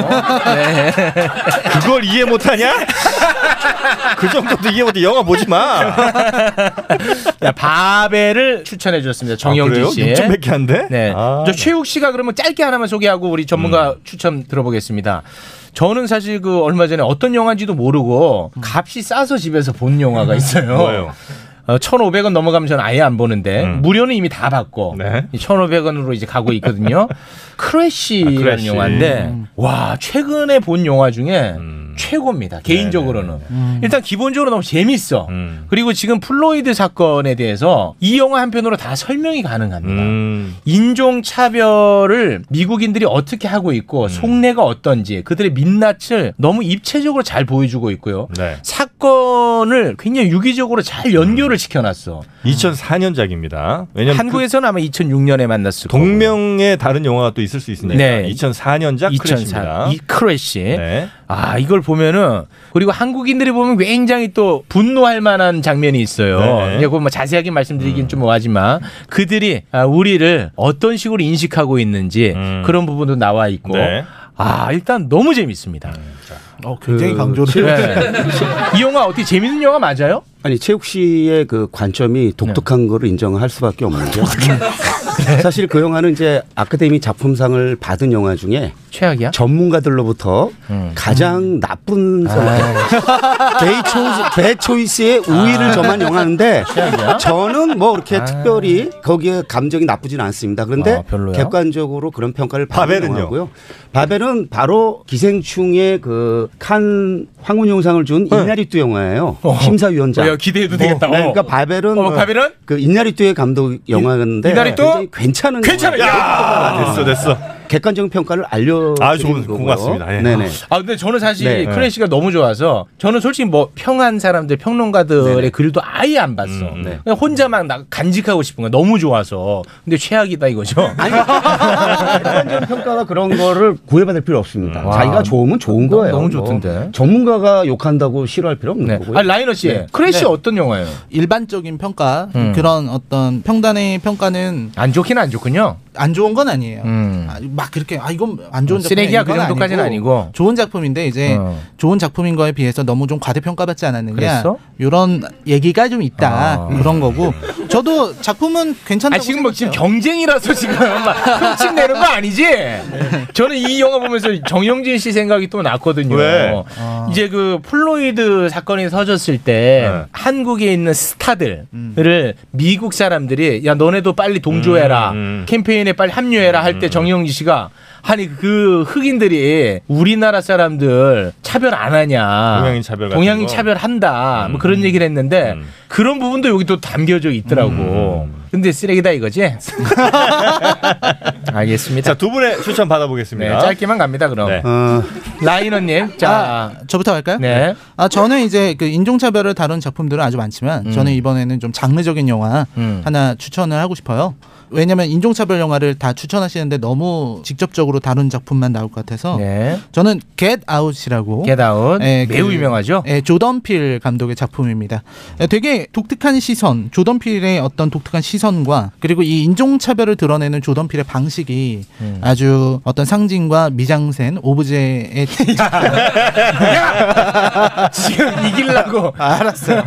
Speaker 9: 그걸 이해 못하냐? 그 정도도 이해 못해 영화 보지
Speaker 8: [LAUGHS]
Speaker 9: 마. 아,
Speaker 8: 자, 바벨을 추천해 주셨습니다. 정영진
Speaker 9: 아, 그래요? 아.
Speaker 8: 씨.
Speaker 9: 6점밖에 안 돼?
Speaker 8: 네. 저 최욱 씨가 그러면 짧게 하나만 소개하고 우리 전문가
Speaker 9: 음.
Speaker 8: 추천 들어보겠습니다. 저는 사실 그 얼마 전에 어떤 영화인지도 모르고 값이 싸서 집에서 본 영화가 있어요.
Speaker 9: 음. 뭐예요?
Speaker 8: 어, 1,500원 넘어가면 저는 아예 안 보는데 무료는 이미 다 받고 1,500원으로 이제 가고 [LAUGHS] 있거든요. 아, 크래쉬라는
Speaker 9: 크래쉬.
Speaker 8: 영화인데
Speaker 9: 음.
Speaker 8: 와 최근에 본 영화 중에 최고입니다. 개인적으로는 일단 기본적으로 너무 재밌어. 그리고 지금 플로이드 사건에 대해서 이 영화 한 편으로 다 설명이 가능합니다.
Speaker 9: 음.
Speaker 8: 인종 차별을 미국인들이 어떻게 하고 있고 속내가 어떤지 그들의 민낯을 너무 입체적으로 잘 보여주고 있고요.
Speaker 9: 네.
Speaker 8: 사건을 굉장히 유기적으로 잘 연결을 시켜놨어.
Speaker 9: 2004년작입니다. 음. 왜냐면
Speaker 8: 한국에서는 아마 2006년에 만났을 거고.
Speaker 9: 그 동명의 다른 영화가 또 있을 수 있으니까
Speaker 8: 네.
Speaker 9: 2004년작
Speaker 8: 2004.
Speaker 9: 크래쉬입니다. 네.
Speaker 8: 이 크래쉬. 아 이걸 보면은 그리고 한국인들이 보면 굉장히 또 분노할 만한 장면이 있어요.
Speaker 9: 네. 음.
Speaker 8: 이제 그뭐 자세하게 말씀드리긴 좀 뭐하지만 그들이 아, 우리를 어떤 식으로 인식하고 있는지 그런 부분도 나와 있고.
Speaker 9: 음. 네.
Speaker 8: 아 일단 너무 재밌습니다.
Speaker 12: 어,
Speaker 15: 굉장히 그 강조를 체육-
Speaker 8: 이 영화 어떻게 재밌는 영화 맞아요?
Speaker 15: 아니 최욱 씨의 그 관점이 독특한 거를 인정할 수밖에 없는 게 [LAUGHS] 사실 그 영화는 이제 아카데미 작품상을 받은 영화 중에
Speaker 8: 최악이야?
Speaker 15: 전문가들로부터 가장 나쁜
Speaker 8: 아,
Speaker 15: 선택. 베이 초이스, 베 초이스의 우위를 점한 [LAUGHS] 영화인데
Speaker 8: 최악이야?
Speaker 15: 저는 뭐 이렇게 특별히 거기에 감정이 나쁘진 않습니다. 그런데
Speaker 8: 아, 별로야?
Speaker 15: 객관적으로 그런 평가를 받은
Speaker 9: 바벨은요?
Speaker 15: 영화고요. 바벨은 바로 기생충의 그 칸 황운영상을 준 이나리뚜 영화예요. 심사위원장.
Speaker 8: 어, 야, 기대해도 되겠다.
Speaker 15: 네, 그러니까
Speaker 8: 어.
Speaker 15: 바벨은
Speaker 8: 어, 바벨은?
Speaker 15: 그 이나리뚜의 감독 영화였는데
Speaker 8: 이나리뚜?
Speaker 15: 굉장히 괜찮은
Speaker 8: 괜찮아.
Speaker 15: 영화예요.
Speaker 8: 야, 됐어, 됐어.
Speaker 15: 객관적인 평가를 알려
Speaker 9: 아, 좋은- 고맙습니다. 예.
Speaker 15: 네네.
Speaker 8: 아 근데 저는 사실
Speaker 15: 네.
Speaker 8: 크래쉬가 너무 좋아서 저는 솔직히 뭐 평한 사람들 평론가들의 글도 아예 안 봤어.
Speaker 15: 음, 네.
Speaker 8: 그냥 혼자 막 나- 간직하고 싶은 거야. 너무 좋아서. 근데 최악이다 이거죠.
Speaker 15: 평가가 그런 거를 구애받을 필요 없습니다. 자기가 좋으면 좋은
Speaker 8: 너무-
Speaker 15: 거예요.
Speaker 8: 너무
Speaker 15: 뭐
Speaker 8: 좋던데.
Speaker 15: 전문가가 욕한다고 싫어할 필요
Speaker 8: 네.
Speaker 15: 없는
Speaker 8: 아,
Speaker 15: 거고요. 네.
Speaker 8: 어떤 영화예요?
Speaker 12: 일반적인 평가
Speaker 8: 음.
Speaker 12: 그런 어떤 평단의 평가는
Speaker 8: 안 좋긴 안 좋군요.
Speaker 12: 안 좋은 건 아니에요.
Speaker 8: 음.
Speaker 12: 아, 막 그렇게 아 이건 네. 안 좋은 작품
Speaker 8: 쓰레기야, 그 정도까지는 아니고.
Speaker 12: 좋은 작품인데 이제
Speaker 8: 어.
Speaker 12: 좋은 작품인 거에 비해서 너무 좀 과대평가받지 않았느냐
Speaker 8: 그랬어?
Speaker 12: 이런 얘기가 좀 있다 그런 거고 저도 작품은 괜찮다고
Speaker 8: 아 지금 뭐 지금
Speaker 12: 생각해요.
Speaker 8: 경쟁이라서 지금 막 흠집 내는 거 아니지? 저는 이 영화 보면서 정영진 씨 생각이 또 났거든요.
Speaker 9: 왜?
Speaker 12: 아.
Speaker 8: 이제 그 플로이드 사건이 서졌을 때
Speaker 9: 네.
Speaker 8: 한국에 있는 스타들을
Speaker 12: 음.
Speaker 8: 미국 사람들이 야 너네도 빨리 동조해라
Speaker 9: 음,
Speaker 8: 캠페인에 빨리 합류해라 할 때 정영진 씨가 아니 그 흑인들이 우리나라 사람들 차별 안 하냐?
Speaker 9: 동양인 차별 같은
Speaker 8: 동양인
Speaker 9: 거?
Speaker 8: 차별한다.
Speaker 9: 음.
Speaker 8: 뭐 그런 얘기를 했는데 그런 부분도 여기 또 담겨져 있더라고.
Speaker 9: 음.
Speaker 8: 근데 쓰레기다
Speaker 9: [LAUGHS]
Speaker 8: 이거지? 알겠습니다.
Speaker 9: 자, 두 분의 추천 받아보겠습니다.
Speaker 8: 네, 짧게만 갑니다 그럼.
Speaker 9: 아,
Speaker 15: 어.
Speaker 8: 라이너님, 자
Speaker 12: 아, 저부터 할까요?
Speaker 8: 네.
Speaker 12: 아 저는 이제 그 인종차별을 다룬 작품들은 아주 많지만
Speaker 8: 음.
Speaker 12: 저는 이번에는 좀 장르적인 영화 하나 추천을 하고 싶어요. 왜냐면 인종차별 영화를 다 추천하시는데 너무 직접적으로 다룬 작품만 나올 것 같아서
Speaker 8: 네.
Speaker 12: 저는 Get Out이라고 네,
Speaker 8: Get Out. 매우 유명하죠.
Speaker 12: 예, 조던필 감독의 작품입니다. 예, 되게 독특한 시선, 조던필의 어떤 독특한 시선과 그리고 이 인종차별을 드러내는 조던필의 방식이
Speaker 8: 음.
Speaker 12: 아주 어떤 상징과 미장센 오브제의
Speaker 8: 아, 지금 이기려고
Speaker 12: [LAUGHS]
Speaker 8: [LAUGHS]
Speaker 12: 알았어요.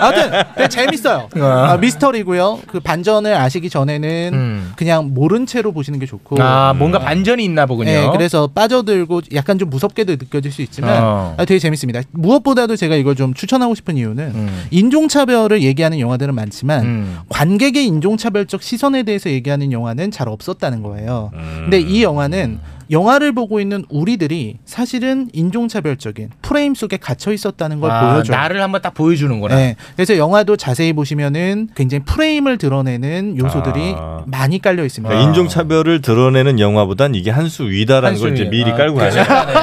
Speaker 12: 아무튼 되게 재밌어요.
Speaker 8: 아.
Speaker 12: 아, 미스터리고요. 그 반전을 아시기 전에는
Speaker 8: 음.
Speaker 12: 그냥 모른 채로 보시는 게 좋고.
Speaker 8: 아 뭔가 반전이 있나 보군요.
Speaker 12: 네, 음. 그래서 빠져들고 약간 좀 무섭게도 느껴질 수 있지만
Speaker 8: 어.
Speaker 12: 아, 되게 재밌습니다. 무엇보다도 제가 이걸 좀 추천하고 싶은 이유는 인종차별을 얘기하는 영화들은 많지만 [LAUGHS]
Speaker 8: 음. 음.
Speaker 12: 관객의 인종차별적 시선에 대해서 얘기하는 영화는 잘 없었다는 거예요. 근데 이 영화는 영화를 보고 있는 우리들이 사실은 인종차별적인 프레임 속에 갇혀 있었다는 걸 보여줘요.
Speaker 8: 아, 나를 한번 딱 보여주는구나.
Speaker 12: 네. 그래서 영화도 자세히 보시면은 굉장히 프레임을 드러내는 요소들이
Speaker 8: 아.
Speaker 12: 많이 깔려 있습니다.
Speaker 9: 그러니까 인종차별을 드러내는 영화보단 이게 한 수 위다라는
Speaker 12: 한수
Speaker 9: 걸 이제
Speaker 12: 위.
Speaker 9: 미리
Speaker 12: 아,
Speaker 9: 깔고
Speaker 12: 그렇죠.
Speaker 9: 가네요.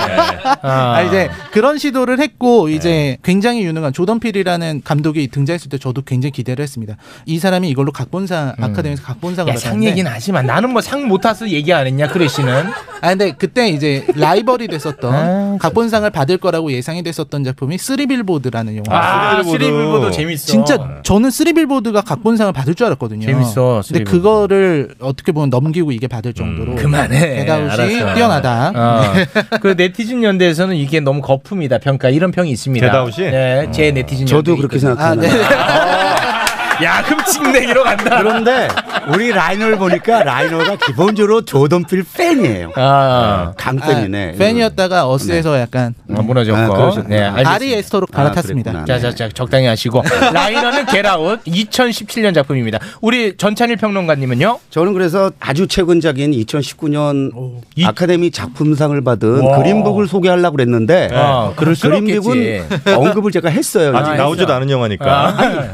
Speaker 12: 아, 이제 그런 시도를
Speaker 8: 네.
Speaker 12: 했고 이제 굉장히 유능한 조던 필이라는 감독이 등장했을 때 저도 굉장히 기대를 했습니다. 이 사람이 이걸로 각본상 아카데미에서 각본상을
Speaker 8: 음. 야, 상 얘기는 하지 마. 나는 뭐 상 못 타서 얘기 안 했냐, 크래시는. 아,
Speaker 12: 아 근데 그때 이제 라이벌이 됐었던 각본상을 받을 거라고 예상이 됐었던 작품이 쓰리빌보드라는 영화.
Speaker 8: 아, 쓰리빌보드 재밌어. 네.
Speaker 12: 진짜 저는 쓰리빌보드가 각본상을 받을 줄 알았거든요.
Speaker 8: 재밌어,
Speaker 12: 근데
Speaker 8: 쓰리빌보드.
Speaker 12: 그거를 어떻게 보면 넘기고 이게 받을 정도로
Speaker 8: 그만해.
Speaker 12: 대다우시
Speaker 8: 알았어.
Speaker 12: 뛰어나다.
Speaker 8: 어. 그 네티즌 연대에서는 이게 너무 거품이다 평가 이런 평이 있습니다.
Speaker 12: 대다우시?
Speaker 8: 네, 제 네티즌 아,
Speaker 15: 저도 그렇게 생각합니다.
Speaker 8: 야, 흠칫내기로 간다.
Speaker 15: 그런데 우리 라이너를 보니까 라이너가 기본적으로 조던필 팬이에요. 강팬이네.
Speaker 12: 아, 팬이었다가 어스에서 약간
Speaker 8: 아, 무너졌고.
Speaker 15: 아, 그러셨구나.
Speaker 8: 네, 알겠습니다.
Speaker 12: 아리 에스터로
Speaker 8: 아,
Speaker 12: 갈아탔습니다.
Speaker 8: 그랬구나. 자, 자, 자, 적당히 하시고. 라이너는 겟아웃 2017년 작품입니다. 우리 전찬일 평론가님은요?
Speaker 15: 저는 그래서 아주 최근작인 2019년 아카데미 작품상을 받은
Speaker 8: 와.
Speaker 15: 그린북을 소개하려고 그랬는데
Speaker 8: 어,
Speaker 9: 아, 그럴 수는
Speaker 15: 그린북은
Speaker 9: 없겠지.
Speaker 15: 언급을 제가 했어요.
Speaker 9: 아직 나오지도 않은 영화니까.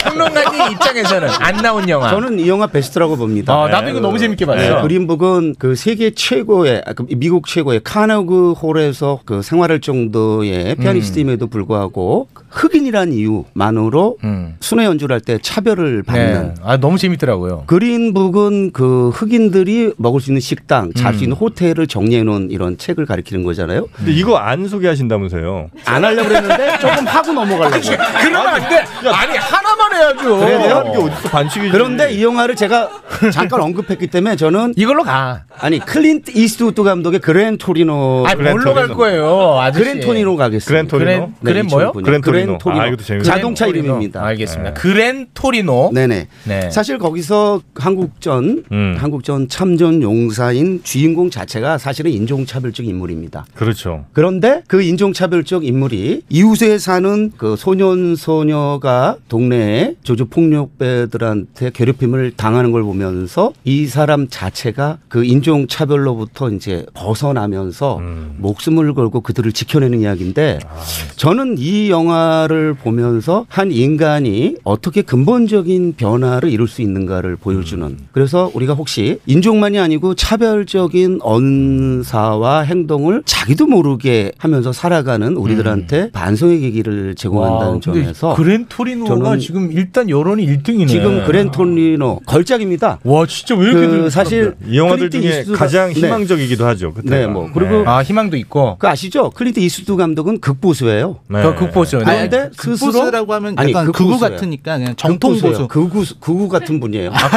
Speaker 8: 평론가님 입장에서는 안 나온 영화.
Speaker 15: 저는 이 영화 베스트라고 봅니다.
Speaker 8: 아, 나도 이거 너무 재밌게 봤어요.
Speaker 15: 그린북은 그 세계 최고의 아, 그 미국 최고의 카너그 홀에서 그 생활할 정도의
Speaker 12: 음.
Speaker 15: 피아니스트임에도 불구하고 흑인이란 이유만으로 순회 연주를 할 때 차별을 받는.
Speaker 8: 음. 아 너무 재밌더라고요.
Speaker 15: 그- 그린북은 그 흑인들이 먹을 수 있는 식당, 잘 수 있는
Speaker 9: 음.
Speaker 15: 호텔을 정리해 놓은 이런 책을 가리키는 거잖아요.
Speaker 9: 근데 이거 안 소개하신다면서요?
Speaker 15: 안 하려고
Speaker 12: 네.
Speaker 15: 그랬는데 조금 하고
Speaker 12: 아,
Speaker 15: 넘어가려고.
Speaker 12: 그렇죠.
Speaker 8: 그러면 안 돼. 아니 하나만 해야죠.
Speaker 9: 아,
Speaker 8: 네.
Speaker 15: 그런데 이 영화를 제가 잠깐 언급했기 때문에 저는
Speaker 8: 이걸로 가.
Speaker 15: 아니 클린트 이스트우드 감독의 어, 그랜 토리노.
Speaker 8: 아니, 뭘로 갈 거예요, 아저씨.
Speaker 15: 그랜 토리노 가겠습니다.
Speaker 8: 그랜 토리노? 그랜- 그랜 뭐요?
Speaker 15: 그랜
Speaker 8: 그랜
Speaker 15: 토리노.
Speaker 8: 토리노. 아, 이것도 재밌네.
Speaker 15: 자동차
Speaker 8: 그랜 토리노.
Speaker 15: 이름입니다.
Speaker 8: 알겠습니다. 그랜 토리노.
Speaker 15: 네네.
Speaker 8: 네. 음.
Speaker 15: 사실 거기서 한국전 한국전 참전 용사인 주인공 자체가 사실은 인종차별적 인물입니다.
Speaker 9: 그렇죠.
Speaker 15: 그런데 그 인종차별적 인물이 이웃에 사는 그 소년 소녀가 동네에 조주 폭력배들한테 괴롭힘을 당하는 걸 보면서 이 사람 자체가 그 인종차별로부터 이제 벗어나면서 목숨을 걸고 그들을 지켜내는 이야기인데 저는 이 영화를 보면서 한 인간이 어떻게 근본적인 변화를 이룰 수 있는가를 보여주는 그래서 우리가 혹시 인종만이 아니고 차별적인 언사와 행동을 자기도 모르게 하면서 살아가는
Speaker 8: 음.
Speaker 15: 우리들한테 반성의 계기를 제공한다는
Speaker 8: 와, 근데
Speaker 15: 점에서
Speaker 8: 그랜 토리노가
Speaker 15: 저는
Speaker 8: 지금 일단 여론이 1등이네.
Speaker 15: 지금 그랜토리노 걸작입니다.
Speaker 8: 와 진짜 왜 이렇게
Speaker 15: 그
Speaker 8: 늘-
Speaker 15: 사실
Speaker 9: 이 영화들
Speaker 15: 클린트
Speaker 9: 중에
Speaker 15: 이스트우드가-
Speaker 9: 가장
Speaker 15: 네.
Speaker 9: 희망적이기도 하죠. 그때가.
Speaker 15: 네, 뭐 그리고
Speaker 9: 네.
Speaker 8: 아, 희망도 있고.
Speaker 15: 그 아시죠? 클린트 이스트 감독은 극보수예요.
Speaker 9: 네. 그 극보수예요. 네.
Speaker 15: 그런데 스스로 그
Speaker 12: 극보수라고 하면 약간 극우 같으니까 그냥 정통 보수.
Speaker 15: 극우 극우 같은 분이에요.
Speaker 8: 아,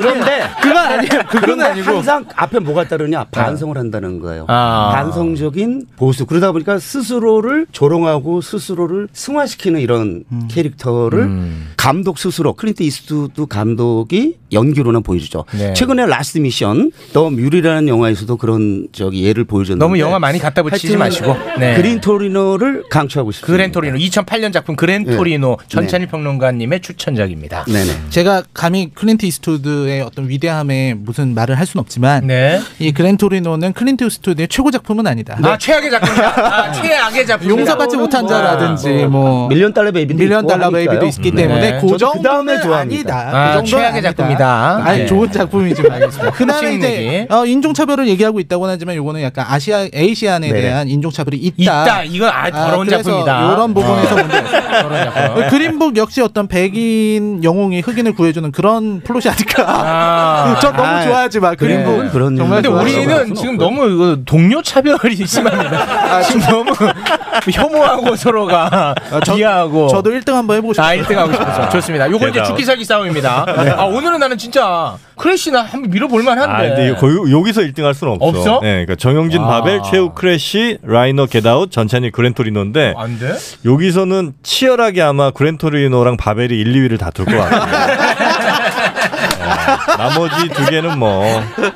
Speaker 15: 그런데
Speaker 12: 그건 아니에요.
Speaker 15: 그건
Speaker 12: 아니고.
Speaker 15: 항상 앞에 뭐가 따르냐 반성을 한다는 거예요.
Speaker 8: 아.
Speaker 15: 반성적인 보수. 그러다 보니까 스스로를 조롱하고 스스로를 승화시키는 이런
Speaker 12: 음.
Speaker 15: 캐릭터를 감독 스스로 클린트 이스트우드 감독이 연기로는 보여주죠.
Speaker 8: 네.
Speaker 15: 최근에 라스트 미션 더 뮬이라는 영화에서도 그런 저기 예를 보여줬는데
Speaker 12: 네.
Speaker 8: 너무 영화 많이 갖다 붙이지
Speaker 15: 하여튼
Speaker 8: 마시고. 네.
Speaker 15: 그린 토리노를 강추하고 싶습니다.
Speaker 8: 그랜 토리노 2008년 작품 그랜
Speaker 15: 네.
Speaker 8: 토리노 전찬일
Speaker 15: 네.
Speaker 8: 평론가님의 추천작입니다.
Speaker 12: 네. 제가 감히 클린트 이스트우드의 어떤 위대함에 무슨 말을 할 수는 없지만 이 그랜토리노는 클린트 이스트우드의 최고 작품은 아니다.
Speaker 8: 네. 아 최악의 작품이야. 아, 최악의
Speaker 12: 네.
Speaker 8: 작품.
Speaker 15: 그렇죠.
Speaker 12: 용서받지 못한 자라든지 뭐
Speaker 15: 아, 밀리언 달러 베이비도
Speaker 12: 밀리언
Speaker 15: 있고
Speaker 12: 달러
Speaker 15: 하니까요.
Speaker 12: 베이비도 있기
Speaker 15: 네.
Speaker 12: 때문에 그
Speaker 15: 저도 그 다음에
Speaker 12: 정도는
Speaker 15: 좋아합니다.
Speaker 12: 아니다.
Speaker 8: 아,
Speaker 12: 그 정도는
Speaker 8: 최악의
Speaker 12: 아니다.
Speaker 8: 작품이다.
Speaker 12: 아니
Speaker 8: 네.
Speaker 12: 좋은 작품이지만 알겠습니다. 그날은 이제
Speaker 8: 호칭무기.
Speaker 12: 어, 인종차별을 얘기하고 있다고는 하지만 요거는 약간 아시아 에이시안에
Speaker 8: 네네.
Speaker 12: 대한 인종차별이 있다.
Speaker 8: 있다. 이건 아, 더러운 작품이다.
Speaker 12: 이런 부분에서
Speaker 15: 아.
Speaker 8: 어.
Speaker 12: 문제.
Speaker 8: 더러운
Speaker 15: 네.
Speaker 8: 작품.
Speaker 12: 그린북 역시 어떤 백인 영웅이 흑인을 구해주는 그런 플롯이 아닐까. [LAUGHS]
Speaker 8: 아.
Speaker 12: 전 너무
Speaker 8: 아,
Speaker 12: 좋아하지만
Speaker 8: 그래.
Speaker 12: [LAUGHS] 그린북은
Speaker 8: 그런
Speaker 12: 정말
Speaker 8: 근데
Speaker 12: 좋아하지만.
Speaker 8: 우리는 지금 너무 이거 동료 차별이
Speaker 12: 아,
Speaker 8: 심합니다. 지금 너무 [LAUGHS] 혐오하고 서로가 비하하고.
Speaker 12: 저도 1등 한번 해보고 싶어요.
Speaker 8: 아, 1등 하고 싶어서 좋습니다. 요거 이제
Speaker 9: 대답.
Speaker 8: 죽기살기 싸움입니다.
Speaker 9: [LAUGHS] 네.
Speaker 8: 아, 오늘은 나는 진짜 크래시나 한번 밀어볼 만한데.
Speaker 9: 아, 근데 이거 거의 여기서 1등 할 수는 없어.
Speaker 8: 네. 없어?
Speaker 9: 네, 그러니까 정영진,
Speaker 8: 아.
Speaker 9: 바벨, 최우, 크래쉬, 라이너, 겟아웃, 전찬일, 그랜토리노인데
Speaker 8: 안 돼?
Speaker 9: 여기서는 치열하게 아마 그랜토리노랑 바벨이 1, 2위를 다툴 것 같아요.
Speaker 8: [LAUGHS]
Speaker 9: 네, 나머지 두 개는 뭐.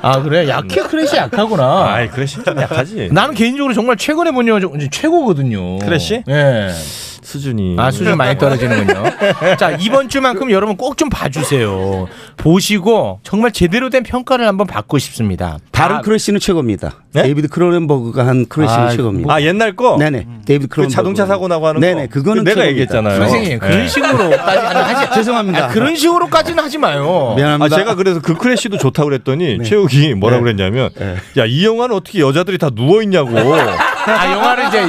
Speaker 8: 아, 그래? 약해, 크래쉬 약하구나.
Speaker 9: 네. 아이, 예. 크래쉬 좀 약하지.
Speaker 8: 나는 개인적으로 정말 최근에 본 영화 중 이제 최고거든요.
Speaker 9: 크래쉬?
Speaker 8: 예.
Speaker 9: 수준이
Speaker 8: 아 수준
Speaker 9: [LAUGHS]
Speaker 8: 많이 떨어지는군요. 자 이번 주만큼 여러분 꼭 좀 봐주세요. 보시고 정말 제대로 된 평가를 한번 받고 싶습니다. 네?
Speaker 15: 다른 크러쉬는 최고입니다. 데이비드 크로넨버그가 한 크러쉬는
Speaker 9: 아,
Speaker 15: 최고입니다.
Speaker 9: 아, 옛날 거?
Speaker 15: 네네. 데이비드
Speaker 9: 그
Speaker 15: 크로넨버그.
Speaker 9: 자동차 사고 나고 하는
Speaker 15: 네네.
Speaker 9: 거.
Speaker 15: 그거는
Speaker 9: 내가
Speaker 15: 최고입니다.
Speaker 9: 얘기했잖아요.
Speaker 8: 선생님 그런
Speaker 9: 예.
Speaker 8: 식으로까지는 하지
Speaker 15: 죄송합니다. 네.
Speaker 8: 아, 그런 식으로까지는 하지 마요.
Speaker 9: 아, 제가 그래서 그 크래쉬도 좋다 그랬더니 최욱이 뭐라 고 그랬냐면 야 이 영화는 어떻게 여자들이 다 누워 있냐고.
Speaker 8: 아 영화를 이제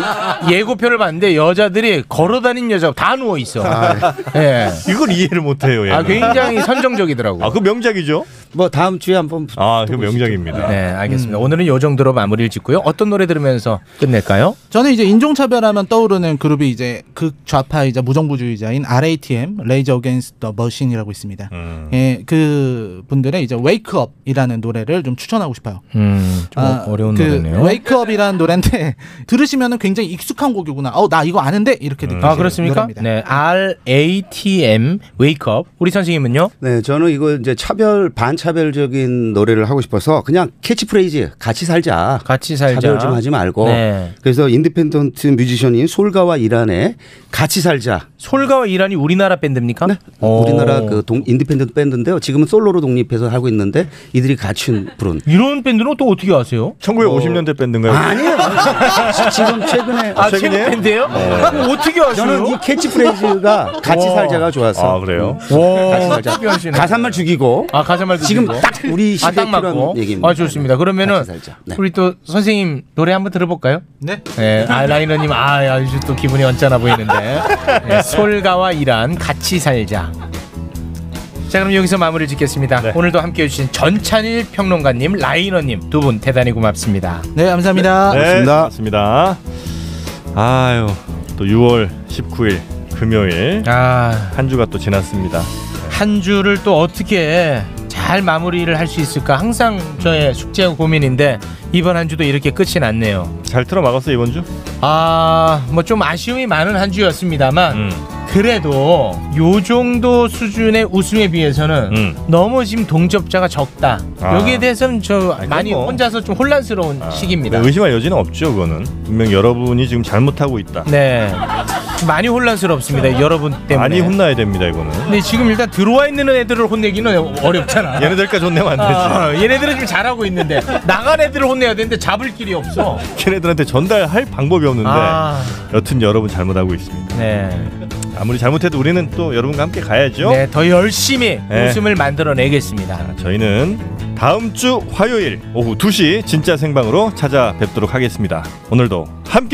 Speaker 8: 예고편을 봤는데 여자들이 걸어다니는 여자 다 누워 있어.
Speaker 9: 아,
Speaker 8: 예.
Speaker 9: 이걸 이해를 못 해요.
Speaker 8: 아, 굉장히 선정적이더라고요.
Speaker 9: 아, 그 명작이죠?
Speaker 15: 뭐 다음 주에 한번
Speaker 9: 아, 그 명작입니다.
Speaker 8: 네, 알겠습니다.
Speaker 9: 음.
Speaker 8: 오늘은 요 정도로 마무리를 짓고요. 어떤 노래 들으면서 끝낼까요?
Speaker 12: 저는 이제 인종차별하면 떠오르는 그룹이 이제 극좌파이자 무정부주의자인 RATM 레이저 어게인스 더 머신이라고 있습니다.
Speaker 9: 음.
Speaker 12: 예, 그 분들의 이제 웨이크업이라는 노래를 좀 추천하고 싶어요.
Speaker 8: 음, 좀
Speaker 12: 아,
Speaker 8: 어려운
Speaker 12: 그
Speaker 8: 노래네요.
Speaker 12: 웨이크업이라는 노래인데 [LAUGHS] 들으시면은 굉장히 익숙한 곡이구나. 어, 나 이거 아는데 이렇게 느끼시는
Speaker 15: 음.
Speaker 8: 아 그렇습니까?
Speaker 12: 노래입니다.
Speaker 8: 네, R A T M 웨이크업. 우리 선생님은요?
Speaker 15: 네, 저는 이거 이제 차별 반차별적인 노래를 하고 싶어서 그냥 캐치프레이즈 같이 살자.
Speaker 8: 같이 살자.
Speaker 15: 차별 좀 하지 말고.
Speaker 8: 네.
Speaker 15: 그래서 인디펜던트 뮤지션인 네, 솔가와 이란의 같이 살자.
Speaker 8: 솔가와 이란이 우리나라 밴드입니까? 네.
Speaker 15: 우리나라 그 동, 인디펜던트 밴드인데요. 지금은 솔로로 독립해서 하고 있는데 이들이 같이 부른
Speaker 8: 이런 밴드는 또 어떻게 아세요?
Speaker 9: 1950년대 밴드인가요?
Speaker 15: 아니에요.
Speaker 8: 네.
Speaker 15: 지금 최근에
Speaker 8: 아, 최근 밴드예요?
Speaker 15: 네.
Speaker 8: 그럼 [LAUGHS] 어떻게 아세요?
Speaker 15: 저는 이 캐치프레이즈가 같이
Speaker 8: 와.
Speaker 15: 살자가 좋아서.
Speaker 8: 아, 그래요?
Speaker 15: 같이 살자.
Speaker 8: 어떻게 하시네.
Speaker 15: 가사말 죽이고.
Speaker 8: 아 가사말
Speaker 15: 지금
Speaker 8: 듣고.
Speaker 15: 딱 우리
Speaker 8: 아,
Speaker 15: 시대에
Speaker 8: 딱 맞고.
Speaker 15: 필요한 얘기입니다. 네.
Speaker 8: 아 좋습니다. 그러면은 우리 또 선생님 노래 한번 들어볼까요?
Speaker 12: 네.
Speaker 8: 네, 아라이너님 아 아주 또 기분이 언짢아 보이는데 네, 솔가와 이란 같이 살자. 자 그럼 여기서 마무리를 짓겠습니다. 오늘도 함께해 주신 전찬일 평론가님, 라이너님 두 분 대단히 고맙습니다.
Speaker 12: 네, 감사합니다.
Speaker 9: 맞습니다. 아유, 또 6월 19일 금요일 한 주가 또 지났습니다.
Speaker 8: 아, 한 주를 또 어떻게 잘 마무리를 할 수 있을까 항상 저의 숙제하고 고민인데 이번 한 주도 이렇게 끝이 났네요.
Speaker 9: 잘 틀어 막았어 이번 주?
Speaker 8: 아, 뭐 좀 아쉬움이 많은 한 주였습니다만
Speaker 9: 음.
Speaker 8: 그래도 요 정도 수준의 우승에 비해서는 너무 지금 동접자가 적다.
Speaker 9: 음. 아.
Speaker 8: 여기에 대해서는 저
Speaker 9: 그건
Speaker 8: 많이
Speaker 9: 뭐.
Speaker 8: 혼자서 좀 혼란스러운 시기입니다.
Speaker 9: 뭐 의심할 여지는 없죠, 그거는. 분명 여러분이 지금 잘못하고 있다.
Speaker 8: 네. 많이 혼란스럽습니다. 여러분 때문에.
Speaker 9: 아. 많이 혼나야 됩니다, 이거는.
Speaker 8: 근데 지금 일단 들어와 있는 애들을 혼내기는 어렵잖아.
Speaker 9: 얘네들까지 혼내면 안 되지. [LAUGHS]
Speaker 8: 아, 얘네들은 지금 잘하고 있는데 나간 애들을 혼내야 되는데 잡을 길이 없어.
Speaker 9: 걔네들한테 전달할 방법이 없는데
Speaker 8: 아.
Speaker 9: 여튼 여러분 잘못하고 있습니다. 아무리 잘못해도 우리는 또 여러분과 함께 가야죠.
Speaker 8: 네, 더 열심히
Speaker 9: 네.
Speaker 8: 웃음을 만들어내겠습니다.
Speaker 9: 저희는 다음 주 화요일 오후 2시 진짜 생방으로 찾아뵙도록 하겠습니다. 오늘도 함께